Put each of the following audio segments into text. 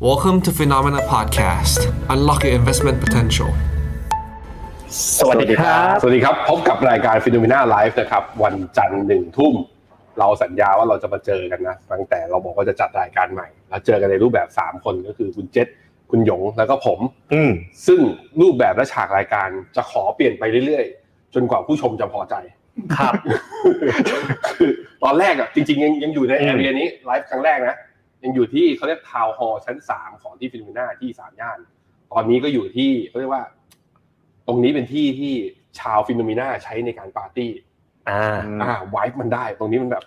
Welcome to Phenomena Podcast Unlock your investment potential สวัสดีครับ สวัสดีครับ พบกับรายการฟิโนเมนาไลฟ์นะครับ วันจันทร์หนึ่งทุ่ม เราสัญญาว่าเราจะมาเจอกันนะ ตั้งแต่เราบอกว่าจะจัดรายการใหม่ แล้วเจอกันในรูปแบบ 3 คนก็คือคุณเจษคุณหยง แล้วก็ผม อืม ซึ่งรูปแบบและฉากรายการจะขอเปลี่ยนไปเรื่อยๆ จนกว่าผู้ชมจะพอใจ ครับ คือตอนแรกอ่ะจริงๆ ยังยังอยู่ใน อื แอ ม เรียนี้ไลฟ์ครั้งแรกนะ ยังอยู่ที่เขาเรียกทาวน์ฮอลชั้นสามของที่ฟิลิปปินาที่สามย่าน ตอนนี้ก็อยู่ที่เขาเรียกว่า ตรงนี้เป็นที่ที่ชาวฟิโนมิน่าใช้ในการปาร์ตี้ อ่า อ่าวายมันได้ ตรงนี้มันแบบ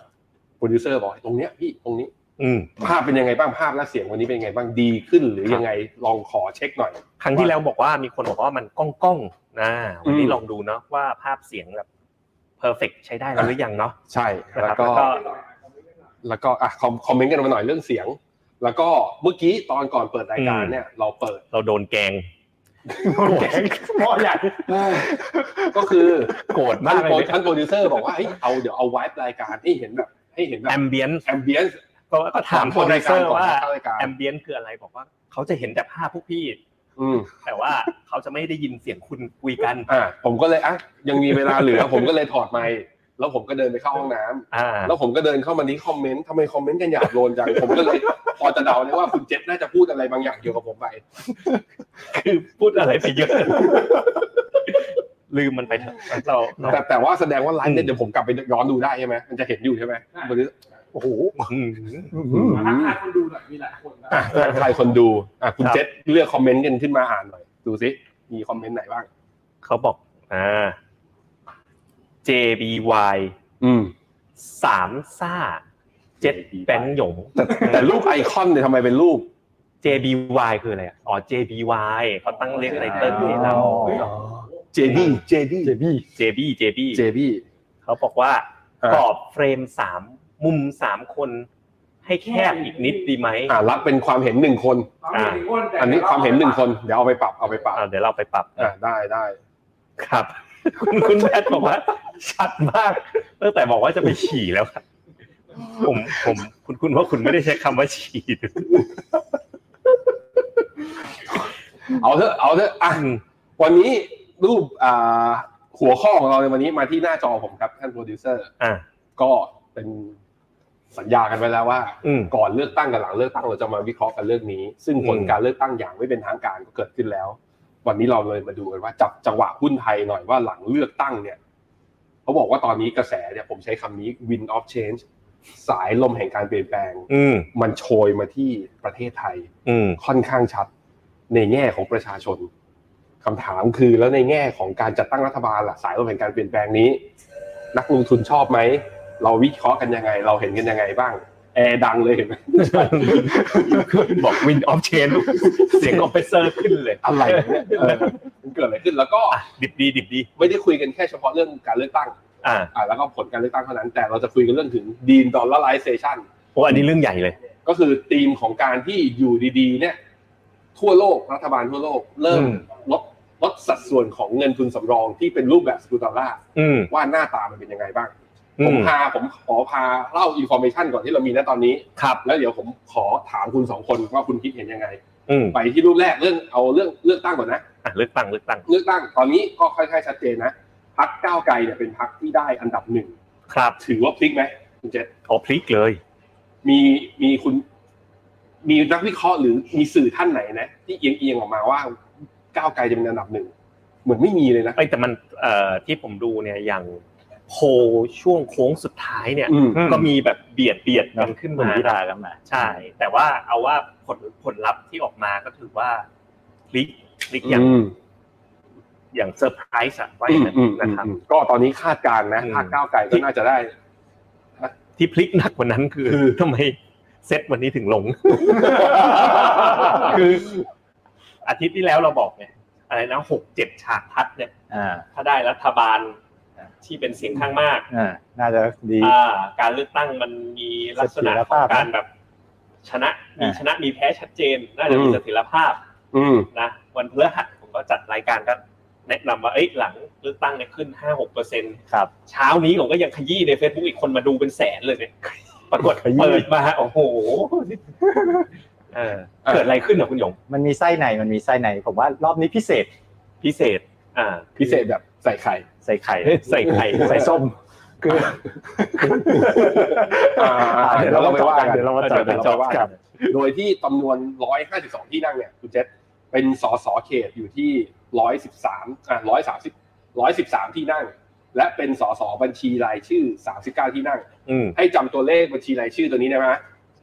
โปรดิวเซอร์บอกให้ตรงเนี้ยพี่ตรงนี้ อืม ภาพเป็นยังไงบ้างภาพและเสียงวันนี้เป็นยังไงบ้างดีขึ้น หรือ ครับ ยังไงลองขอเช็คหน่อย ครั้งที่แล้วบอกว่ามีคนบอกว่ามันก้องก้องๆนะวันนี้ อืม ลองดูเนาะว่าภาพเสียงแบบเพอร์เฟกใช้ได้แล้วหรือยังเนาะ ใช่ ครับ แล้วก็ แล้วก็ แล้วก็อ่ะคอมคอมเมนต์กันมาหน่อยเรื่องเสียง แล้วก็เมื่อกี้ตอนก่อนเปิดรายการเนี่ย เราเปิด เราโดนแกง แกง เพราะอย่าง ก็คือ โกรธมากท่านเล โปร ย ท่านโปรดิวเซอร์บอกว่าเฮ้ยเอาเดี๋ยวเอาไวฟ์รายการให้เห็นแบบให้เห็นแบ แอบ มเบียน แอมเบียนซ์ ก็ถามโปรดิวเซอร์ว่า เข้ารายการ แอมเบียนคืออะไรบอกว่าเขาจะเห็นแต่ภาพพวกพี่ อืม แต่ว่าเขาจะไม่ได้ยินเสียงคุณคุยกัน อ่าผมก็เลยอ่ะยังมีเวลาเหลือ ผมก็เลยถอดไมค์แล้วผมก็เดินไปเข้าห้องน้ำ อ่า แล้วผมก็เดินเข้ามานี้คอมเมนต์ทำไมคอมเมนต์กันหยาบโลนจัง ผมก็เลยพอจะเดาได้ว่าคุณเจษน่าจะพูดอะไรบางอย่างเกี่ยวกับผมไป คือพูดอะไรไปเยอะ ลืมมันไปเถอะเราเรา แต่แต่ว่าแสดงว่าไลฟ์อืเนี่มยเดี๋ยวผมกลับไปย้อนดูได้ใช่ไหมมันจะเห็นอยู่ใช่ไหมวันนี้ โอ้โห ทักทายคนดูหน่อยมีหลายคนนะ อ่ะทักทายคนดูอ่ะคุณ ครับ เจษเลือกคอมเมนต์กันขึ้นมาอ่านหน่อย ดูสิมีคอมเมนต์ไหนบ้าง เขาบอกอ่า JBY อืม สามซ่าเจ็ดแบงค์หยง แต่รูปไอคอนเนี่ยทำไมเป็นรูป JBY คืออะไรอ่ะอ๋อ JBY เขาตั้งเรียกไนเติ้ลให้เรา JB JB JB JB JB JB เขาบอกว่า อ่ะ กรอบเฟรมสามมุมสามคน ให้แคบอีกนิดดีไหม อ่ารับเป็นความเห็นหนึ่งคน ความเห็นหนึ่งคนแต่ อันนี้ความเห็นหนึ่งคน เดี๋ยวเอาไปปรับเอาไปปรับ อ่าเดี๋ยวเราไปปรับ อ่ะ นะ ได้ได้ ครับ คุณคุณแพทย์บอกว่า ชัดมากตั้งแต่บอกว่าจะไปฉี่แล้วครับผมผมคุณคุณว่าคุณไม่ได้ใช้คำว่าฉี่ เอาเถอะเอาเถอะอ่ะ วันนี้รูปอ่าหัวข้อของเราในวันนี้มาที่หน้าจอผมครับท่านโปรดิวเซอร์ อ่ะ ก็เป็นสัญญากันไว้แล้วว่า อืม ก่อนเลือกตั้งกับหลังเลือกตั้งเราจะมาวิเคราะห์กันเรื่องนี้ ซึ่งผล อืม การเลือกตั้งอย่างไม่เป็นทางการก็เกิดขึ้นแล้ว วันนี้เราเลยมาดูกันว่าจับจังหวะหุ้นไทยหน่อยว่าหลังเลือกตั้งเนี่ยเขาบอกว่าตอนนี้กระแสเนี่ยผมใช้คำนี้ wind of change สายลมแห่งการเปลี่ยนแปลง อืม มันโชยมาที่ประเทศไทย อืม ค่อนข้างชัดในแง่ของประชาชนคำถามคือแล้วในแง่ของการจัดตั้งรัฐบาลล่ะสายลมแห่งการเปลี่ยนแปลงนี้ นักลงทุนชอบไหม เราวิเคราะห์กันยังไง เราเห็นกันยังไงบ้าง แอร์ดังเลยเห็นไหม บอก Win of Chain เสียงคอมเพรสเซอร์ขึ้นเลย อะไรเนี่ยเออมันเกิดอะไรขึ้นแล้วก็ อ่ะดิบดีดิบดี ไม่ได้คุยกันแค่เฉพาะเรื่องการเลือกตั้ง อ่า อ่าแล้วก็ผลการเลือกตั้งเท่านั้น แต่เราจะคุยกันเรื่องถึงดีนดอลลาร์ไลเซชัน โอ้อันนี้เรื่องใหญ่เลย ก็คือธีมของการที่อยู่ดีๆ เนี่ย ทั่วโลกรัฐบาลทั่วโลก เริ่ม อืม ลดลดสัดส่วนของเงินทุนสำรองที่เป็นรูปแบบสกุลดอลลาร์ อืม ว่าหน้าตามันเป็นยังไงบ้าง อื ผม ม พาผมขอพาเล่าอิน r m a t ชันก่อนที่เรามีนะตอนนี้ ครับ แล้วเดี๋ยวผมขอถามคุณสองคนว่าคุณคิดเห็นยังไง อืม ไปที่รูปแรกเรื่องเอาเรื่องเลือกตั้งก่อนนะ อ่ะเลือกตั้งเลือกตั้ง เลือกตั้งตอนนี้ก็ค่อยๆชัดเจนนะพักก้าวไกลเนี่ยเป็นพักที่ได้อันดับหนึ่ง ครับ ถือว่าพลิกไหมคุณเจษ อ๋อพลิกเลย มีมีคุณมีนักวิเคราะห์หรือมีสื่อท่านไหนนะ ที่เอียงเอียงๆออกมาว่าก้าวไกลจะเป็นอันดับหนึ่งเหมือนไม่มีเลยนะ ไอ้ยแต่มันเอ่อที่ผมดูเนี่ยอย่างโพลช่วงโค้งสุดท้ายเนี่ย อืม ก็มีแบบเบียดเบียดกันขึ้นมา พิธากันมา ใช่ แต่ว่าเอาว่าผลผลลัพธ์ที่ออกมาก็ถือว่าพลิกพลิกอย่างอย่างเซอร์ไพรส์อะว่าอย่างนั้น อืมอืม นะครับ อืมก็ตอนนี้คาดการณ์นะ อืม พรรคก้าวไกลก็น่าจะได้ ที่พลิกหนักกว่านั้นคือ คือ ทำไมเซตวันนี้ถึงลง คือ อาทิตย์ที่แล้วเราบอกไงอะไรนะหกเจ็ดฉากทัดเนี่ย อ่า ถ้าได้รัฐบาลที่เป็นเสียงข้างมาก อ่าน่าจะดี อ่าการเลือกตั้งมันมีลักษณะ เสถียร ของ ภาพ การแบบ ชนะมี อ่า ชนะมีแพ้ชัดเจน น่าจะมี อืม เสถียรภาพ อืม นะวันพฤหัสผมก็จัดรายการก็แนะนำว่าเอ้ยหลังเลือกตั้งเนี่ยขึ้นห้าหกเปอร์เซ็นต์ ครับ เช้านี้ผมก็ยังขยี้ใน Facebook อีกคนมาดูเป็นแสนเลยเนี่ย ปรากฏ ขยี้ เปิดมา โอ้โห เออเกิดอะไรขึ้นเหรอคุณหยง มันมีไส้ในมันมีไส้ในผมว่ารอบนี้พิเศษ พิเศษ อ่า พิเศษแบบใส่ไข่ ใส่ไข่ เอ้ยใส่ไข่ใส่ ใส่ ส้ม ส้มคือ อ่า อ่า เดี๋ยวเราไปว่ากัน เดี๋ยวเรามาจัด เดี๋ยวเราไปว่า กั กัน นโดยที่จำนวน 152 ที่นั่งเนี่ยคุณเจษเป็นสสเขตอยู่ที่ 113อ่า130 113 ที่นั่ง และเป็นสสบัญชีรายชื่อ 39 ที่นั่ง อืม ให้จำตัวเลขบัญชีรายชื่อตัวนี้ได้ไหม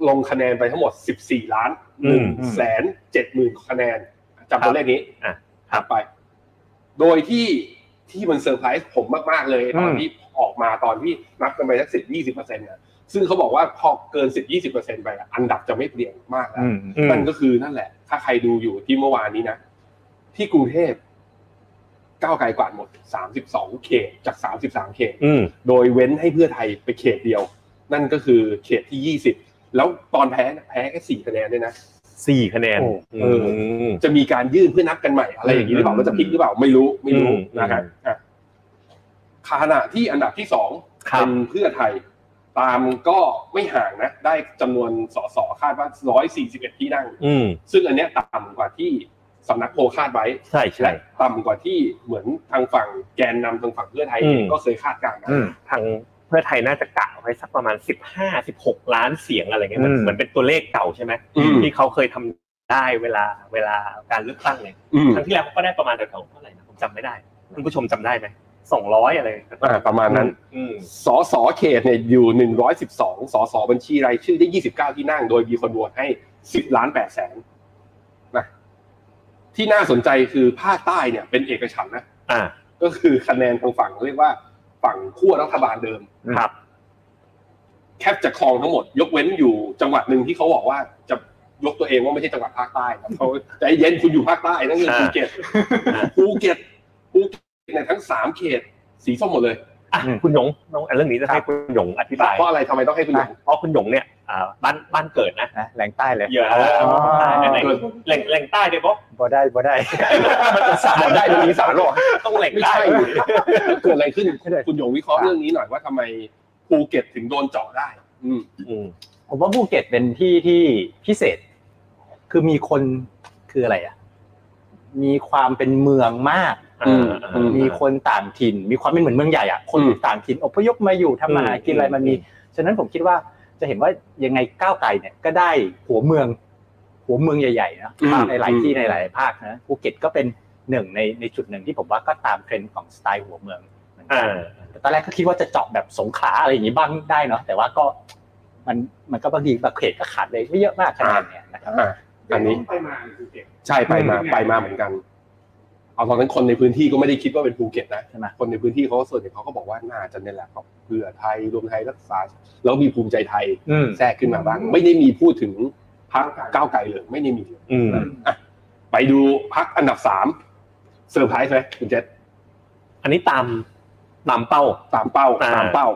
ลงคะแนนไปทั้งหมด 14 ล้าน อืม 1แสน7หมื่นคะแนนจำตัวเลขนี้ อ่ะ ถัดไป โดยที่ที่มันเซอร์ไพรส์ผมมาก ๆ เลย ตอน อืม ที่ออกมาตอนที่นับกันไปสักสิบยี่สิบเปอร์เซ็นต์เนี่ยซึ่งเขาบอกว่าพอเกินสิบยี่สิบเปอร์เซ็นต์ไปอะอันดับจะไม่เปลี่ยนมากแล้ว อืม อืม นั่นก็คือนั่นแหละ ถ้าใครดูอยู่ที่เมื่อวานนี้นะ ที่กรุงเทพก้าวไกลกวาดหมด 32 เขตจาก 33 เขต อืม โดยเว้นให้เพื่อไทยไปเขตเดียว นั่นก็คือเขตที่ 20 แล้วตอนแพ้นะแพ้แค่สี่คะแนนด้วยนะ สี่คะแนน โอ้เออ ม จะมีการยื่นเพื่อนับกันใหม่อะไรอย่างนี้หรือเปล่า อืม แล้วจะพลิกหรือเปล่าไม่รู้ไม่รู้ อืม นะครับอ่ะขณะที่อันดับที่สอง ครับ เป็นเพื่อไทย ตามก็ไม่ห่างนะ ได้จำนวนสสคาดว่า141ที่นั่ง อืม ซึ่งอันเนี้ยต่ำกว่าที่สำนักโพลคาดไว้ ใช่ และ ใช่ ต่ำกว่าที่เหมือนทางฝั่งแกนนำทางฝั่งเพื่อไทย อืม เองก็เคยคาดการณ์นะ อืม ทางเพื่อไทยน่าจะกะไว้สักประมาณสิบห้าสิบหกล้านเสียงอะไรเงี้ยเหมือน อืม เหมือนเป็นตัวเลขเก่าใช่ไหม อืม ที่เขาเคยทำได้เวลาเวลาการเลือกตั้งเนี่ย อืม ครั้งที่แล้วเขาก็ได้ประมาณแถวๆเท่าไหร่นะผมจำไม่ได้คุณผู้ชมจำได้ไหมสองร้อยอะไร อ่าประมาณนั้น อืม สสเขตเนี่ยอยู่ 112 สสบัญชีรายชื่อได้ 29 ที่นั่ง โดยมีคนโหวตให้ 10 ล้าน8แสนนะที่น่าสนใจคือภาคใต้เนี่ยเป็นเอกฉันท์นะ อ่า ก็คือคะแนนทางฝั่งเรียกว่าฝั่งขั้วรัฐบาลเดิม ครับ แคบจะครองทั้งหมด ยกเว้นอยู่จังหวัดหนึ่งที่เขาบอกว่าจะยกตัวเองว่าไม่ใช่จังหวัดภาคใต้ครับเขาใจเย็นคุณอยู่ภาคใต้ นั่นคือภูเก็ตภูเก็ตภูเก็ตเนี่ยทั้งสามเขต สีส้มหมดเลย อ่ะ อืม คุณหยงน้องเรื่องนี้จะให้คุณหยงอธิบาย เพราะอะไรทำไมต้องให้คุณหยง เพราะคุณหยงเนี่ยอ่าบ้านบ้านเกิดนะ นะแหล่งใต้เลย เยอะ อ๋อ แหล่งแหล่งแหล่งใต้เนี่ยบอก บ่ได้บ่ได้ มันจะสา สารรได้ตรงนี้สารหรอ ต้องแหล่ง ไม่ ใต้ ใช่ เกิดอะไรขึ้น ไม่ได้ คุณหยงวิเคราะห์เรื่องนี้หน่อยว่าทำไมภูเก็ตถึงโดนเจาะได้ อืม อืม ผมว่าภูเก็ตเป็นที่ที่พิเศษ คือมีคนคืออะไรอ่ะ มีความเป็นเมืองมาก อ่าอ่าอ่า มีคนต่างถิ่น มีความเป็นเหมือนเมืองใหญ่อ่ะ คน อืม ต่างถิ่นอพยพมาอยู่ทำมาหากินอะไรมันมี ฉะนั้นผมคิดว่าจะเห็นว่ายังไงก้าวไกลเนี่ยก็ได้หัวเมือง หัวเมืองใหญ่ๆนะ อืม ในหลายที่ อืม ในหลายภาคนะภูเก็ตก็เป็นหนึ่งในในจุดหนึ่งที่ผมว่าก็ตามเทรนด์ของสไตล์หัวเมืองเหมือนกั อ่าน แต่ตอนแรกก็คิดว่าจะเจาะแบบสงขลาอะไรอย่างนี้บ้างได้เนาะแต่ว่าก็มันมันก็บางทีบางเขตก็ขาดเลยไม่เยอะมากขนาดเนี้ยนะครับ อ่ะอันนี้ ไปมาภูเก็ต ใช่ไปมา อืม ไปมาเหมือนกัน เอาตอนนั้นคนในพื้นที่ก็ไม่ได้คิดว่าเป็นภูเก็ตนะ ใช่ไหม คนในพื้นที่เขาก็ส่วนใหญ่เขาก็บอกว่าน่าจะเนี่ยแหละครับเพื่อไทยรวมไทยรักษา แล้วมีภูมิใจไทย อืม แทรกขึ้นมาบ้าง ไม่ได้มีพูดถึงพักก้าวไกลเลยไม่ได้มีเลย อืม อ่ะไปดูพักอันดับสามเซอร์ไพรส์ไหมคุณเจษ อันนี้ตามตามเป้า ตามเป้า อ่า ตามเป้า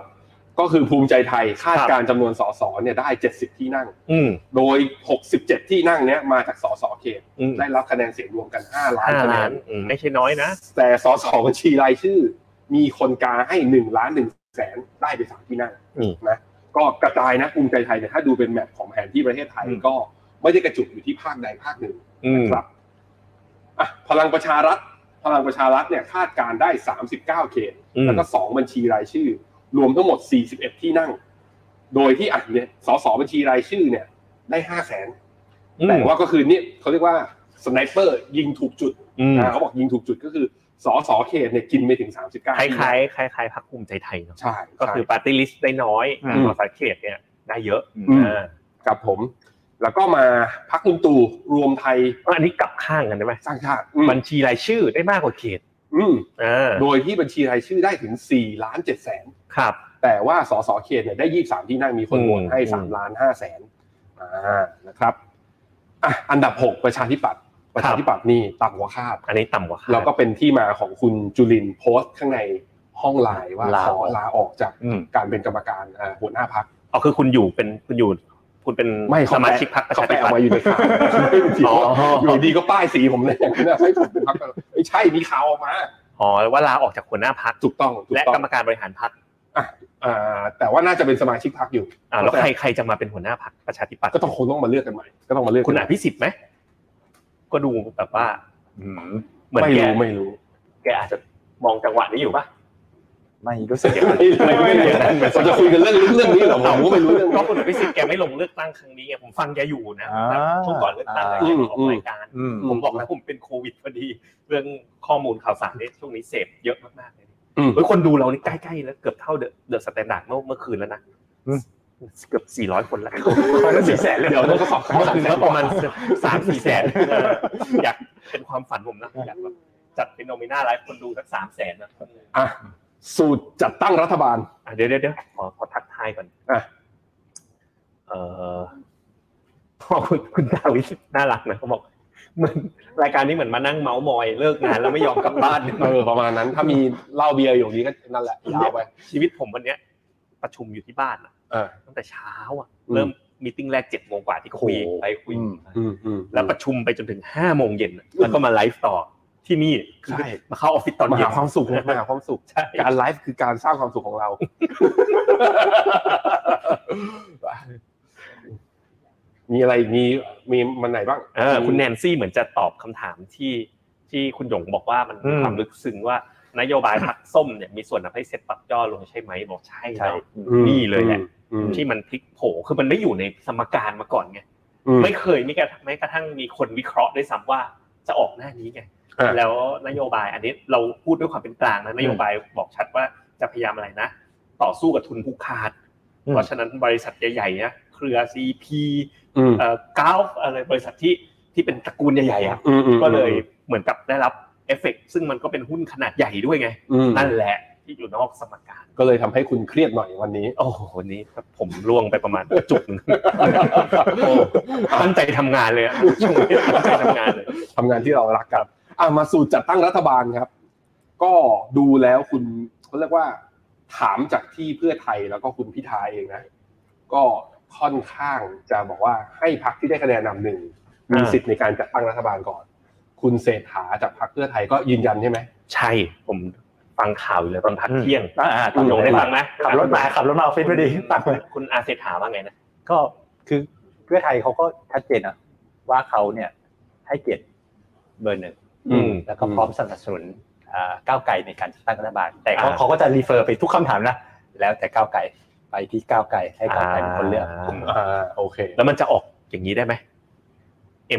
ก็คือภูมิใจไทยคาด ครับ การณ์จำนวนสสเนี่ยได้ 70 ที่นั่ง อืม โดย 67 ที่นั่งเนี้ยมาจากสสเขต อืม ได้รับคะแนนเสียงรวมกัน 5 ล้าน ห้า คะแน ล้าน น อืมไม่ใช่น้อยนะ แต่สสบัญชีรายชื่อ มีคนกาให้ 1 ล้าน1แสนได้ไปสามที่นั่ง อืม นะก็กระจายนะภูมิใจไทยเนี่ยถ้าดูเป็นแมปของแผนที่ประเทศไทย อืม ก็ไม่ได้กระจุกอยู่ที่ภาคใดภาคหนึ่ง อืม ครับอ่ะพลังประชารัฐ พลังประชารัฐเนี่ยคาดการณ์ได้ 39 เขต อืม แล้วก็ 2 บัญชีรายชื่อ รวมทั้งหมด 41 ที่นั่ง โดยที่อ่ะเนี่ยสสบัญชีรายชื่อเนี่ย ได้ 5 0 0แสนแต่ว่าก็คือเนี่ยเขาเรียกว่าสไนเปอร์ยิงถูกจุด อืม อ่าเขาบอกยิงถูกจุดก็คือสสเขตเนี่ยกินไปถึง 39ที่ คล้า นั่ ย ง คล้ายๆคล้ายคล้ายๆพักภูมิใจไทยเนาะ ใช่ ก็คือปาร์ตี้ลิสต์ได้น้อย อืม สอสเขตเนี่ย ได้เยอะ อืม อ่า กับผม แล้วก็มาพักลุงตู่รวมไทย อันนี้กลับข้างกันได้ไหม สร้างชาติอืม บัญชีรายชื่อได้มากกว่าเขต อืม อ่า โดยที่บัญชีรายชื่อได้ถึง4ล้าน7แสน ครับ แต่ว่าสสเขตเนี่ยได้ยี่สามที่นั่งมีคนโหวตให้ อืม สามล้านห้าแสนอ่านะครับอ่ะอันดับหกประชาธิปัตย์ประชาธิปัตย์นี่ต่ำกว่าคาด อันนี้ต่ำกว่าคาด แล้วก็เป็นที่มาของคุณจุลินโพสต์ข้างในห้องไลน์ว่า ลา ข อ อ อก ลาออกจาก อืม การเป็นกรรมการอ่าหัวหน้าพัก อ๋อคือคุณอยู่เป็นคุณอยู่คุณเป็น ไม่ สมาชิกพรรคประ เขา ชา แป ธิ ล ปัต มา ย์ อยู่ในข่าวไม่จริง อ๋อ อยู่ดีก็ป้ายสีผมเลยอย่างนั้นนะให้ผมเป็นพรรคไม่ใช่มีข่าวออกมา อ๋อแล้วว่าลาออกจากหัวหน้าพรรค ถูกต้องถูก และ ต้อง กรรมการบริหารพรรค อ่ะอ่าแต่ว่าน่าจะเป็นสมาชิกพรรคอยู่ อ่าแล้วใครใครจะมาเป็นหัวหน้าพรรคประชาธิปัตย์ ก็ต้องคงต้องมาเลือกกันใหม่ก็ต้องมาเลือก คุณอ กันใหม่ ภิสิทธิ์ไหมก็ดูแบบว่าเหมือน ไม่ แก รู้ไม่รู้ แกอาจจะมองจังหวะนี้อยู่ป่ะ ไม่รู้สึก ไม่ไม่ไม่เดี๋ยวนะเราจะคุยกันเรื่องเรื่องนี้เหรอผมก็ไม่รู้เรื่อง ก็ นี้ คุณพิสิทธิ์แกไม่ลงเลือกตั้งครั้งนี้ไงผมฟังแกอยู่นะ อ่า แบบช่วงก่อนเลือกตั้งอะไรแกออกรายการ อืม ม ผมบอกแล้วผมเป็นโควิดพอดี เรื่องข้อมูลข่าวสารเนี่ยช่วงนี้เสพเยอะมากๆเลย อืม เฮ้ยคนดูเรานี่ใกล้ๆแล้วเกือบเท่าเดอะเดอะสแตนดาร์ดเมื่อเมื่อคืนแล้วนะ อืม เกือบ 400 คนแล้ว สี่แสนเลยเดี๋ยวต้องก็สอบ เมื่อคืนก็ประมาณสามสี่แสนเอออยากเป็นความฝันผมนะอยากแบบจัดเป็นโนมิน่าไลฟ์คนดูสักสามแสนนะ อ่ะสูตรจัดตั้งรัฐบาล อ่ะเดี๋ยวเดี๋ยวเดี๋ยวขอขอทักทายก่อน อ่ะ เออ พอคุณคุณดาวิดน่ารักนะเขาบอกเหมือนรายการนี้เหมือนมานั่งเมาส์มอยเลิกงานแล้วไม่ยอมกลับบ้าน เออประมาณนั้นถ้ามีเหล้าเบียร์อยู่นี้ก็นั่นแหละยาวไป ชีวิตผมวันเนี้ย ประชุมอยู่ที่บ้านอะ เออ ตั้งแต่เช้าอะ อืม เริ่มมีติ้งแรกเจ็ดโมงกว่าที่คุย โอ้โห ไปคุย อืม อืมอืม แล้วประชุมไปจนถึงห้าโมงเย็นอะแล้วก็มาไลฟ์ต่อที่นี่คือ ใช่ มาเข้าออฟฟิศตอน มา เย็ หาน ความสุขนะมาหาความสุข ใช่ การไลฟ์คือการสร้างความสุขของเรา มีอะไรมีมีมันไหนบ้าง เออคุณแนนซี่เหมือนจะตอบคำถามที่ที่คุณหยงบอกว่ามันมีความลึกซึ้งว่านโยบายพักส้มเนี่ยมีส่วนทำให้เซ็ตปรับย่อลงใช่ไหมบอกใช่ ใช่ เนาะ อืม นี่เลยแหละ อืม ที่มันพลิกโผคือมันไม่อยู่ในสมการมาก่อนไง อืม ไม่เคยไม่กระทั่งไม่กระทั่งมีคนวิเคราะห์ด้วยซ้ำว่าจะออกหน้านี้ไง อ่า แล้วนโยบายอันนี้เราพูดด้วยความเป็นกลางนะนโยบายบอกชัดว่าจะพยายามอะไรนะ ต่อสู้กับทุนผูกขาด อืม เพราะฉะนั้นบริษัทใหญ่ๆนะเครือซีพี อืม เอ่อกาฟอะไรบริษัทที่ที่เป็นตระกูลใหญ่ๆอ่ะ อืมอืม ก็เลยเหมือนกับได้รับเอฟเฟกต์ซึ่งมันก็เป็นหุ้นขนาดใหญ่ด้วยไง อืม นั่นแหละที่อยู่นอกสมการ ก็เลยทำให้คุณเครียดหน่อยวันนี้ โอ้โหนี่ผมล่วงไปประมาณ จุกหนึ่งโอ้ ตั้งใจทำงานเลยอะช่วงนี้ตั้งใจทำงานเลย ทำงานที่เรารักกันอ่ะมาสู่จัดตั้งรัฐบาลครับ ก็ดูแล้วคุณเขาเรียกว่า ถามจากที่เพื่อไทยแล้วก็คุณพิธาเองนะ ก็ค่อนข้างจะบอกว่าให้พักที่ได้คะแนนนำหนึ่งมี อ่า สิทธิ์ในการจัดตั้งรัฐบาลก่อน คุณเศรษฐาจากพรรคเพื่อไทยก็ยืนยันใช่ไหม ใช่ผมฟังข่าวอยู่เลยตอนพัก อืม เที่ยง อ่า คุณหยงได้ ขั ฟังไหม บรถมาขับรถมาออฟฟิศพอดีตักไป คุณอาเศรษฐาว่าไงนะ ก็คือเพื่อไทยเขาก็ชัดเจนนะว่าเขาเนี่ยให้เกียรติเบอร์หนึ่ง อืม แล้วก็พร้อมสนับสนุนอ่าก้าวไกลในการจัดตั้งรัฐบาล แต่เขาเขาก็จะรีเฟอร์ไปทุกคำถามนะแล้วแต่ก้าวไกลไปที่ก้าวไกลให้ก้าวไกลเป็นคนเลือก า อ่าโอเค แล้วมันจะออกอย่างนี้ได้ไหม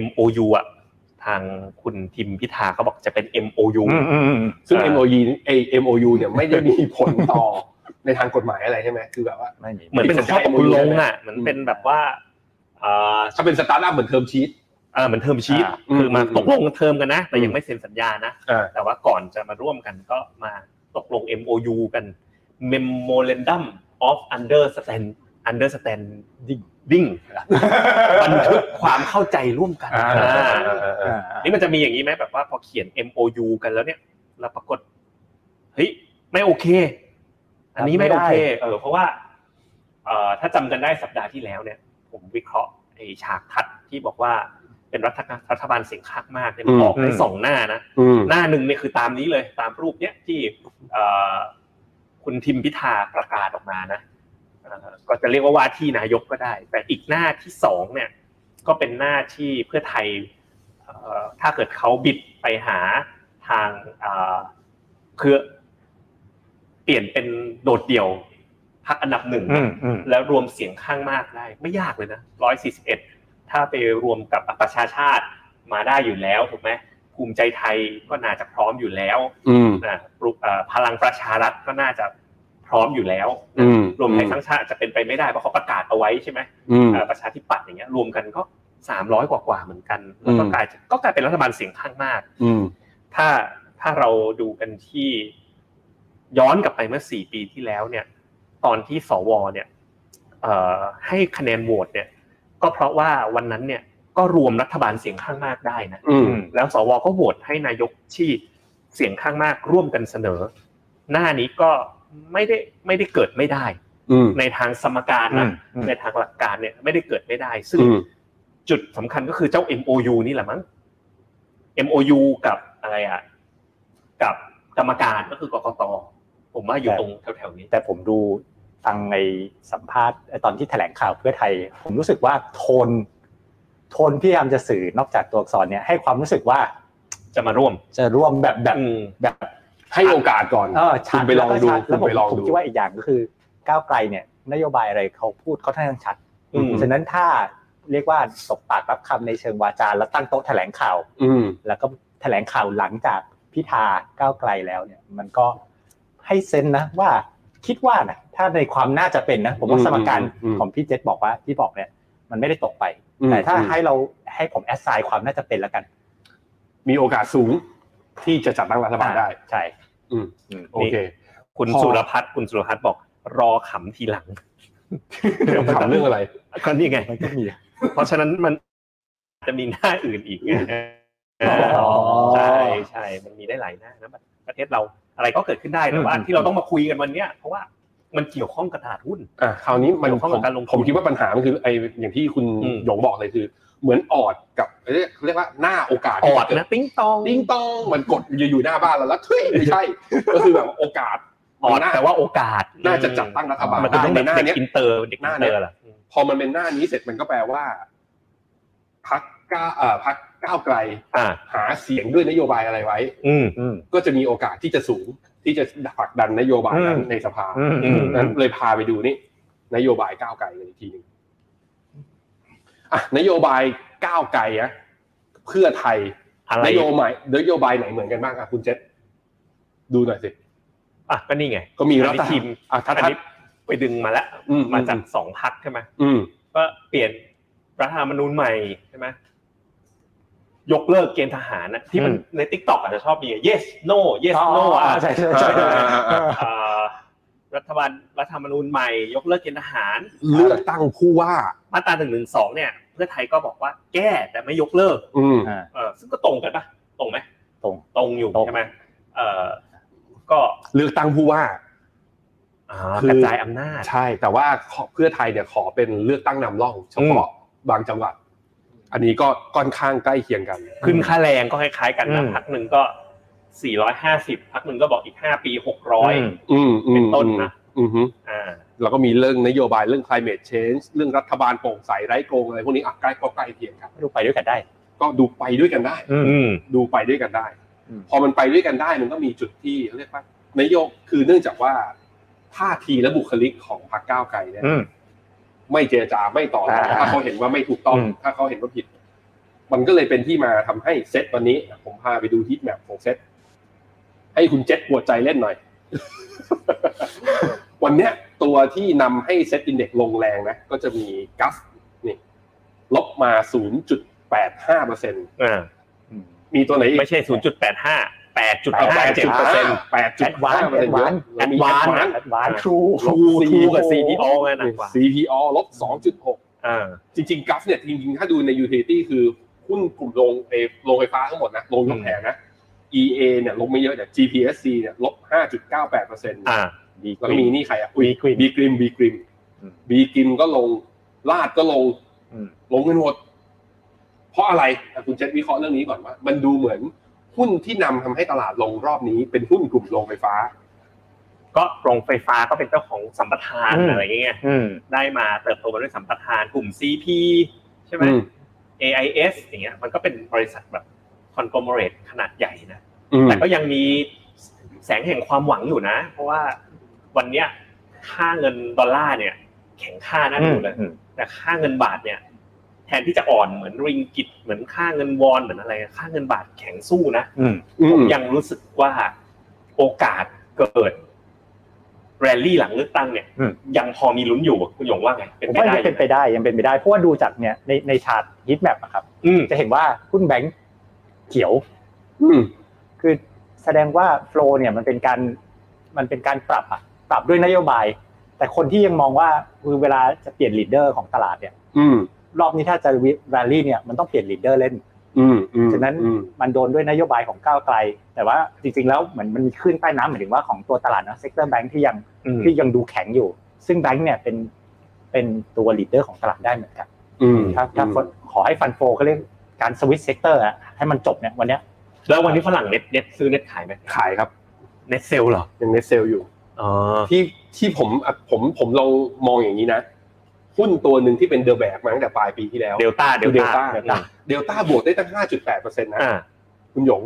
MOU อ่ะทางคุณทิมพิธาเขาบอกจะเป็น MOU ซึ่ง MOU เอย MOU เนี่ยไม่ได้มีผลต่อในทางกฎหมายอะไรใช่ไหมคือแบบว่า ไม่มี เหมือนเป็นข้อตกลงอ่ะเหมือนเป็นแบบว่าอ่า ถ้าเป็นสตาร์ทอัพเหมือนเทอมชีต เออเหมือนเทอมชีต อ่าอืม คือมา อืม ตกลงเทอมกันนะ แต่ยั อื ง ม ไม่เซ็นสัญญานะ อ่า แต่ว่าก่อนจะมาร่วมกันก็มาตกลง MOU กัน Memorandum of Understand Understanding บันทึกความเข้าใจร่วมกัน อ่า อ่า อ่า นี่มันจะมีอย่างนี้ไหมแบบว่าพอเขียน MOU กันแล้วเนี่ยแล้วปรากฏเฮ้ยไม่โอเค อันนี้ไม่โอเคเออเพราะว่าเอ่อถ้าจำกันได้สัปดาห์ที่แล้วเนี่ย ผมวิเคราะห์ไอ้ฉากทัดที่บอกว่าเป็นรัฐการัฐบาลเสียงข้างมากเนี่ยมันออกได้สองหน้านะ อืม หน้าหนึ่งเนี่ยคือตามนี้เลยตามรูปเนี้ยที่เอ่อคุณทิมพิธาประกาศออกมานะเอ่อก็จะเรียกว่าว่าที่นายกก็ได้ แต่อีกหน้าที่สองเนี่ย ก็เป็นหน้าที่เพื่อไทยเอ่อถ้าเกิดเขาบิดไปหาทางเอ่อเครือเปลี่ยนเป็นโดดเดี่ยวพักอันดับหนึ่งนะ อืมอืม แล้วรวมเสียงข้างมากได้ ไม่ยากเลยนะร้อยสี่สิบเอ็ดถ้าไปรวมกับประชาชาติมาได้อยู่แล้วถูกไหมภูมิใจไทยก็น่าจะพร้อมอยู่แล้ว อืม นะปลุกเอ่อพลังประชารัฐก็น่าจะพร้อมอยู่แล้ว อื นะ ม รวมไทยสร้างชาติจะเป็นไปไม่ได้เพราะเขาประกาศเอาไว้ใช่ไหม อืม เอ่อประชาธิปัตย์อย่างเงี้ยรวมกันก็สามร้อยกว่าๆเหมือนกันแล้วก็ อืม กลายก็กลายเป็นรัฐบาลเสียงข้างมาก อืม ถ้าถ้าเราดูกันที่ย้อนกลับไปเมื่อสี่ปีที่แล้วเนี่ย ตอนที่สวเนี่ยเอ่อให้คะแนนโหวตเนี่ย ก็เพราะว่าวันนั้นเนี่ยก็รวมรัฐบาลเสียงข้างมากได้นะ อืม แล้วสวก็โหวตให้นายกที่เสียงข้างมากร่วมกันเสนอ หน้านี้ก็ไม่ได้ไม่ได้เกิดไม่ได้ อืม ในทางสมการนะ อืม ในทางหลักการเนี่ยไม่ได้เกิดไม่ได้ ซึ่ง อืม จุดสำคัญก็คือเจ้า MOU นี่แหละมั้ง MOU กับอะไรอ่ะ กับกรรมการก็คือกกต ผมว่าอยู่ตรงแถวๆนี้ แต่ผมดูฟังในสัมภาษณ์ตอนที่แถลงข่าวเพื่อไทย ผมรู้สึกว่าโทน โทนพยายามจะสื่อนอกจากตัวอักษรเนี่ยให้ความรู้สึกว่า จะมาร่วม จะร่วมแบบแบบ อืม แบบ ให้โอกาสก่อน เออ คุ ชัด ณไปลองดู แล้วคุณก็ชัแล้วผม ไปลอง ผม ดู คิดว่าอีกอย่างก็คือก้าวไกลเนี่ย นโยบายอะไรเขาพูดเขาท่อนข้างชัด อืม ฉะนั้นถ้าเรียกว่าตบปากรับคำในเชิงวาจาแล้วตั้งโต๊ะแถลงข่าว อืม แล้วก็แถลงข่าวหลังจากพิธาก้าวไกลแล้วเนี่ย มันก็ให้เซนส์นะว่าคิดว่านะถ้าในความน่าจะเป็นนะผมว่า อืม สมการ อืม ของพี่เจษบอกว่าที่บอกเนี่ยมันไม่ได้ตกไป อืม แต่ถ้า อืม ให้เราให้ผมแอดไซน์ความน่าจะเป็นแล้วกัน มีโอกาสสูงที่จะจัดตั้งรัฐบาลได้ ใช่ อืม อืม โอเค คุณ พอ สุรพัฒน์คุณสุรพัฒน์บอกรอขำที หลัง เดี๋ยวถามเรื่องอะไร ก็นี่ไง มันก็มี เพราะฉะนั้นมันจะมีหน้าอื่นอีกไง อ๋อ ใช่ใช่มันมีได้หลายหน้านะประเทศเราอะไรก็เกิดขึ้นได้แต่ว่า อืม ที่เราต้องมาคุยกันวันเนี้ยเพราะว่ามันเกี่ยวข้องกับตลาดหุ้น อ่ะคราวนี้มัน เกี่ยวข้องกับการลงทุน ผมคิดว่าปัญหามันคือไออย่างที่คุณ อืม หยงบอกเลยคือ เหมือนออดกับเรียกเรียกว่าหน้าโอกาส อ ที่ อ จ ด เกิ นะติ้งตอง ดิ้งต้องมันกดอยู่ๆหน้าบ้านเราแล้วเฮ้ย ไม่ใช่ ก็คือแบบโอกาส ออด หน้า แต่ว่าโอกาส น่าจะจัดตั้งรัฐบาล มันก็ต้อง ใน เป็น หน้า เด็ เนี้ย กอินเตอร์เด็ก ห อิ น้าน เนี้ เตอย ร์ล่ะ พอมันเป็นหน้านี้เสร็จมันก็แปลว่าพักก้าเอ่อพักก้าวไกล อ่า หาเสียงด้วยนโยบายอะไรไว้ อืม อืม ก็จะมีโอกาสที่จะสูงที่จะผลักดันนโยบายนั้น อืม ในสภา อืม อืม นั้นเลยพาไปดูนี่นโยบายก้าวไกลกันอีกทีหนึ่งอ่ะนโยบายก้าวไกลอะเพื่อไทย อะไร นโยบายนโยบายไหนเหมือนกันบ้างอ่ะคุณเจษดูหน่อยสิ อ่ะก็นี่ไง ก็มีรัอัฐนนี้ทีม อ่ะถ้า อัน ถ้า นี้ไปดึงมาแล้ว อื มาจากสองพักใช่ไหม อืม ก็เปลี่ยนรัฐธรรมนูญใหม่ใช่ไหมยกเลิกเกณฑ์ทหารนะที่มันในติ๊กต็อกอาจจะชอบมีอะ yes no yes อ๋อ no อ่ะ ใช่ใช่ใช่ อ่า เออ อ่ารัฐบาลรัฐธรรมนูญใหม่ ยกเลิกเกณฑ์ทหาร เลือกตั้งผู้ว่า มาตราหนึ่งหนึ่งสองเนี่ย เพื่อไทยก็บอกว่าแก้แต่ไม่ยกเลิก อืม เออซึ่งก็ตรงกันปะตรงไหม ตรง ตรงอยู่ ตรง ใช่ไหมเออก็ เลือกตั้งผู้ว่า อ่า คือ กระจายอำนาจ ใช่ แต่ว่าขอเพื่อไทยเนี่ยขอเป็นเลือกตั้งนำร่องเฉ อืม พาะบางจังหวัด อันนี้ก็ค่อนข้างใกล้เคียงกัน ขึ้นค่าแรงก็คล้ายๆกันนะ อืม พักหนึ่งก็สี่ร้อยห้าสิบพักหนึ่งก็บอกอีกห้าปีหกร้อย อืมอืม เป็นต้น อืม นะ อือฮึ อ่า แล้วก็มีเรื่องนโยบายเรื่อง climate change เรื่องรัฐบาลโปร่งใสไร้โกงอะไรพวกนี้อ่ะใกล้ก็ใกล้เคียงกัน ดูไปด้วยกันได้ ก็ดูไปด้วยกันได้ อืม ดูไปด้วยกันได้ อืม พอมันไปด้วยกันได้มันก็มีจุดที่เรียกว่านโยกคือเนื่องจากว่าท่าทีและบุคลิกของพรรคก้าวไกลเนี่ย อืม ไม่เจรจาไม่ต่อรอง อ่า ถ้าเขาเห็นว่าไม่ถูกต้อง อืม ถ้าเขาเห็นว่าผิด มันก็เลยเป็นที่มาทำให้เซตวันนี้ ผมพาไปดูฮิตแมปของเซตให้คุณเจษปวดใจเล่นหน่อย วันเนี้ย ตัวที่นำให้เซตอินเด็กซ์ลงแรงนะ ก็จะมีกัฟนี่ ลบมา 0.85เปอร์เซ็น อ่า อืม มีตัวไหนอีก ไม่ใช่ศูนย์จุดแปดห้าแปดจุด แป ห้า แปด ด เจ็ จุ ด ดเปอร์เซ็ห้านต์แปดจุดห้าเปอร์เซ็นต์เยอะแล้วมีแอดวานซ์ แอดวานซ์ทรู ลบ ทูกับซีดีโอไงหนักกว่า CPO ลบสองจุดหก อ่า จริงๆกัฟเนี่ยจริงๆ ถ้าดูในยูทิลิตี้คือหุ้นกลุ่มโรงไอโรงไฟฟ้าทั้งหมดนะโรงยกแผงนะ EA เนี่ยลบไม่เยอะเนี่ย GPSC เนี่ยลบ 5.98เปอร์เซ็นต์ อ่า ดีก แล้ว รี มีนี่ใครอ่ะ B Green บีกริมบีกริม อืม บีกริมก็ลงลาดก็ลง อืม ลงเงินหมด เพราะอะไรอ่ะคุณเจษวิเคราะห์เรื่องนี้ก่อนว่า มันดูเหมือนหุ้นที่นำทำให้ตลาดลงรอบนี้เป็นหุ้นกลุ่มโรงไฟฟ้า ก็โรงไฟฟ้าก็เป็นเจ้าของสัมปทาน อืม อะไรอย่างเงี้ย อืม ได้มาเติบโตมาด้วยสัมปทานกลุ่ม CP ใช่ไหม อืม AIS อย่างเงี้ย มันก็เป็นบริษัทแบบคอน glomerate ขนาดใหญ่นะ อืม แต่ก็ยังมีแสงแห่งความหวังอยู่นะ เพราะว่าวันเนี้ยค่าเงินดอลลาร์เนี่ย แข็งค่าน่าดูเลย แต่ค่าเงินบาทเนี่ย แทนที่จะอ่อนเหมือนริงกิตเหมือนค่าเงินวอนเหมือนอะไรอะค่าเงินบาทแข็งสู้นะ อืม อื ผม ม ยังรู้สึกว่าโอกาสเกิด แรลลี่หลังเลือกตั้งเนี่ย อืม ยังพอมีลุ้นอยู่คุณหยงว่าไง เป็น ผม ไป ว่า ได้ ยังเป็นไปได้ยังเป็นไปได้เพราะว่าดูจากเนี่ยในในชาร์ตฮิตแมปอะครับ อืม จะเห็นว่าหุ้นแบงก์เขียว อืม คือแสดงว่าโฟลเนี่ยมันเป็นการมันเป็นการปรับอะปรับด้วยนโยบาย แต่คนที่ยังมองว่าคือเวลาจะเปลี่ยนลีดเดอร์ของตลาดเนี่ย อืม รอบนี้ถ้าจะแรลลี่เนี่ยมันต้องเปลี่ยนลีดเดอร์เล่น อืมอืม ฉะนั้น อืม มันโดนด้วยนโยบายของก้าวไกล แต่ว่าจริงๆแล้วเหมือนมันมีขึ้นใต้น้ำเหมือนถึงว่าของตัวตลาดนะเซกเตอร์แบงก์ที่ยัง อืม ที่ยังดูแข็งอยู่ ซึ่งแบงก์เนี่ยเป็นเป็นตัวลีดเดอร์ของตลาดได้เหมือนกัน อืม ถ้าถ้า อืม ขอให้ฟันโฟก็เรียกการสวิตช์เซกเตอร์อะให้มันจบเนี่ยวันเนี้ย แล้ววันนี้ฝรั่งเน็ตเน็ตซื้อเน็ตขายไหม ขายครับ เน็ตเซลเหรอ ยังเน็ตเซลอยู่ อ๋อ ที่ที่ผมอ่ะผมผมลองมองอย่างนี้นะหุ้นตัวหนึ่งที่เป็นเดลแบกมาตั้งแต่ปลายปีที่แล้ว เดลต้าเดลต้า เดลต้า เดลต้าบวกได้ตั้ง 5.8เปอร์เซ็นต์นะ อ่า คุณหยง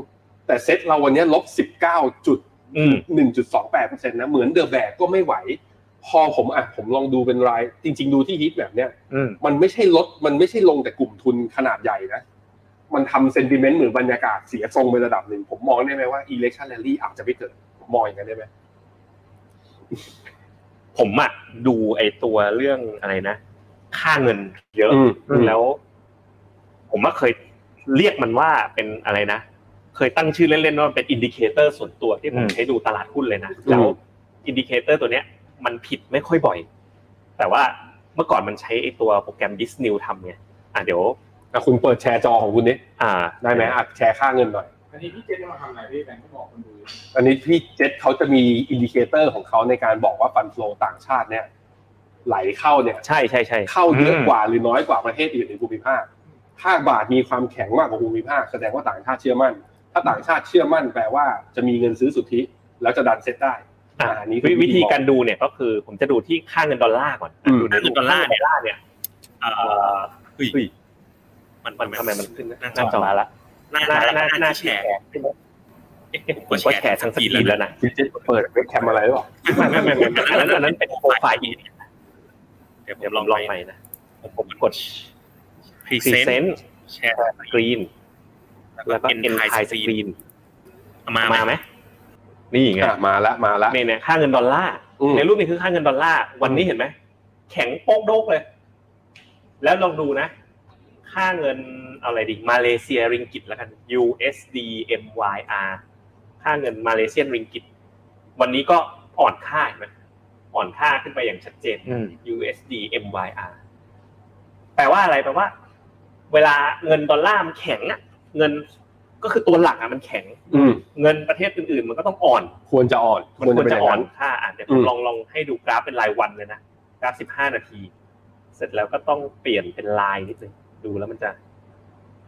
แต่เซ็ตเราวันนี้ลบ อืม 19.1.28เปอร์เซ็นต์นะเหมือนเดลแบกก็ไม่ไหว พอผมอ่ะผมลองดูเป็นราย จริง ๆ ดูที่ฮิตแบบเนี้ย อืม มันไม่ใช่ลดมันไม่ใช่ลงแต่กลุ่มทุนขนาดใหญ่นะ มันทำเซนติเมนต์เหมือนบรรยากาศเสียทรงไประดับหนึ่ง ผมมองได้ไหมว่า election rally อาจจะไม่เกิดผมมองอย่างนั้นได้ไหม ผมอะดูไอตัวเรื่องอะไรนะ ค่าเงินเยอะ อืม อืม แล้ว ผมว่าเคยเรียกมันว่าเป็นอะไรนะ เคยตั้งชื่อเล่นๆว่ามันเป็นอินดิเคเตอร์ส่วนตัวที่ผม อืม ใช้ดูตลาดหุ้นเลยนะ แล้วอินดิเคเตอร์ตัวเนี้ย มันผิดไม่ค่อยบ่อย แต่ว่าเมื่อก่อนมันใช้ไอตัวโปรแกรม Disnew ทำไงอ่ะเดี๋ยว อ่ะคุณเปิดแชร์จอของคุณนี้ อ่า ได้ไหมอ่ะแชร์ค่าเงินหน่อย อันนี้พี่เจนจะมาทำอะไรพี่แบงค์ก็บอกคนดูอยู่ อันนี้พี่เจษเขาจะมีอินดิเคเตอร์ของเขาในการบอกว่าฟัน l ฟลต่างชาติเนี่ย ไหลเข้าเนี่ย ใช่ใช่ใช่ เข้าเยอะกว่าหรือน้อยกว่าประเทศอื่นในภูมิภาค ถ้าบาทมีความแข็งมากกว่าภูมิภาค แสดงว่าต่างชาติเชื่อมั่น ถ้าต่างชาติเชื่อมั่นแปลว่าจะมีเงินซื้อสุทธิ แล้วจะดันเซ็ตได้ อ่ะ อันนี้ วิ คือ วิธีการ ม ดูเนี่ยก็คือผมจะดูที่ค่าเงินดอลลาร์ก่อน อืม ดูในรูป ค่าเงินดอลลาร์เนี่ย ค่เงินดอลลาร์เนี่ยเอ่อ เฮ้ย เฮ้ย มัน มันทำไมมันขึ้น หน้า หน้าจ จ อ อ มาละ หน้า หน้าห หน้า น้าหหน้า น้า แช แช ร์ ร์ เอ๊ะผมก ผม ด ก็ แช แช ร์ ร์ ทั้ ทั้ ง ง ปี ปี แล้ แล้วว นะ นะ คุณเจษเปิดเว็บแคมอะไรหรอ ไม่ไม่ไม่ไม่อันนั้นอันนั้นเป็นโปรไฟล์ เดี๋ยวผ เดี๋ยวมล ล อ อง ง ล ล อ อง ง ไป ไปนะผมกด พรีเซน present ต์แชร์ กรีน แล้ แล้ว ว ก็ ก็ เอ็น end ไท time สกรีน screen มา มา ไห ไห ม มนี่ไง อ่ะมาละมาละ เนี่ยเนี่ยค่าเงินดอลลาร์ อืม ในรูปนี้คือค่าเงินดอลลาร์วันนี้เห็นไหมแข็งโป๊กโดกเลย แล้วลองดูนะ ค่าเงินอะไรดีมาเลเซียริงกิตแล้วกัน USD MYR ค่าเงินมาเลเซียนริงกิต วันนี้ก็อ่อนค่าเห็นไหมอ่อนค่าขึ้นไปอย่างชัดเจน อืม USD MYR แปลว่าอะไรแปลว่า เวลาเงินดอลลาร์มันแข็งอะเงินก็คือตัวหลักอะมันแข็ง อืม เงินประเทศอื่นๆ มันก็ต้องอ่อน ควรจะอ่อน มันควรจะอ่อน เป็ย่าง ค่าอ่ะเดี๋ยว อื ผม ม ลองลองให้ดูกราฟเป็นรายวันเลยนะกราฟสิบห้านาที เสร็จแล้วก็ต้องเปลี่ยนเป็นลายนิดนึงดูแล้วมันจะ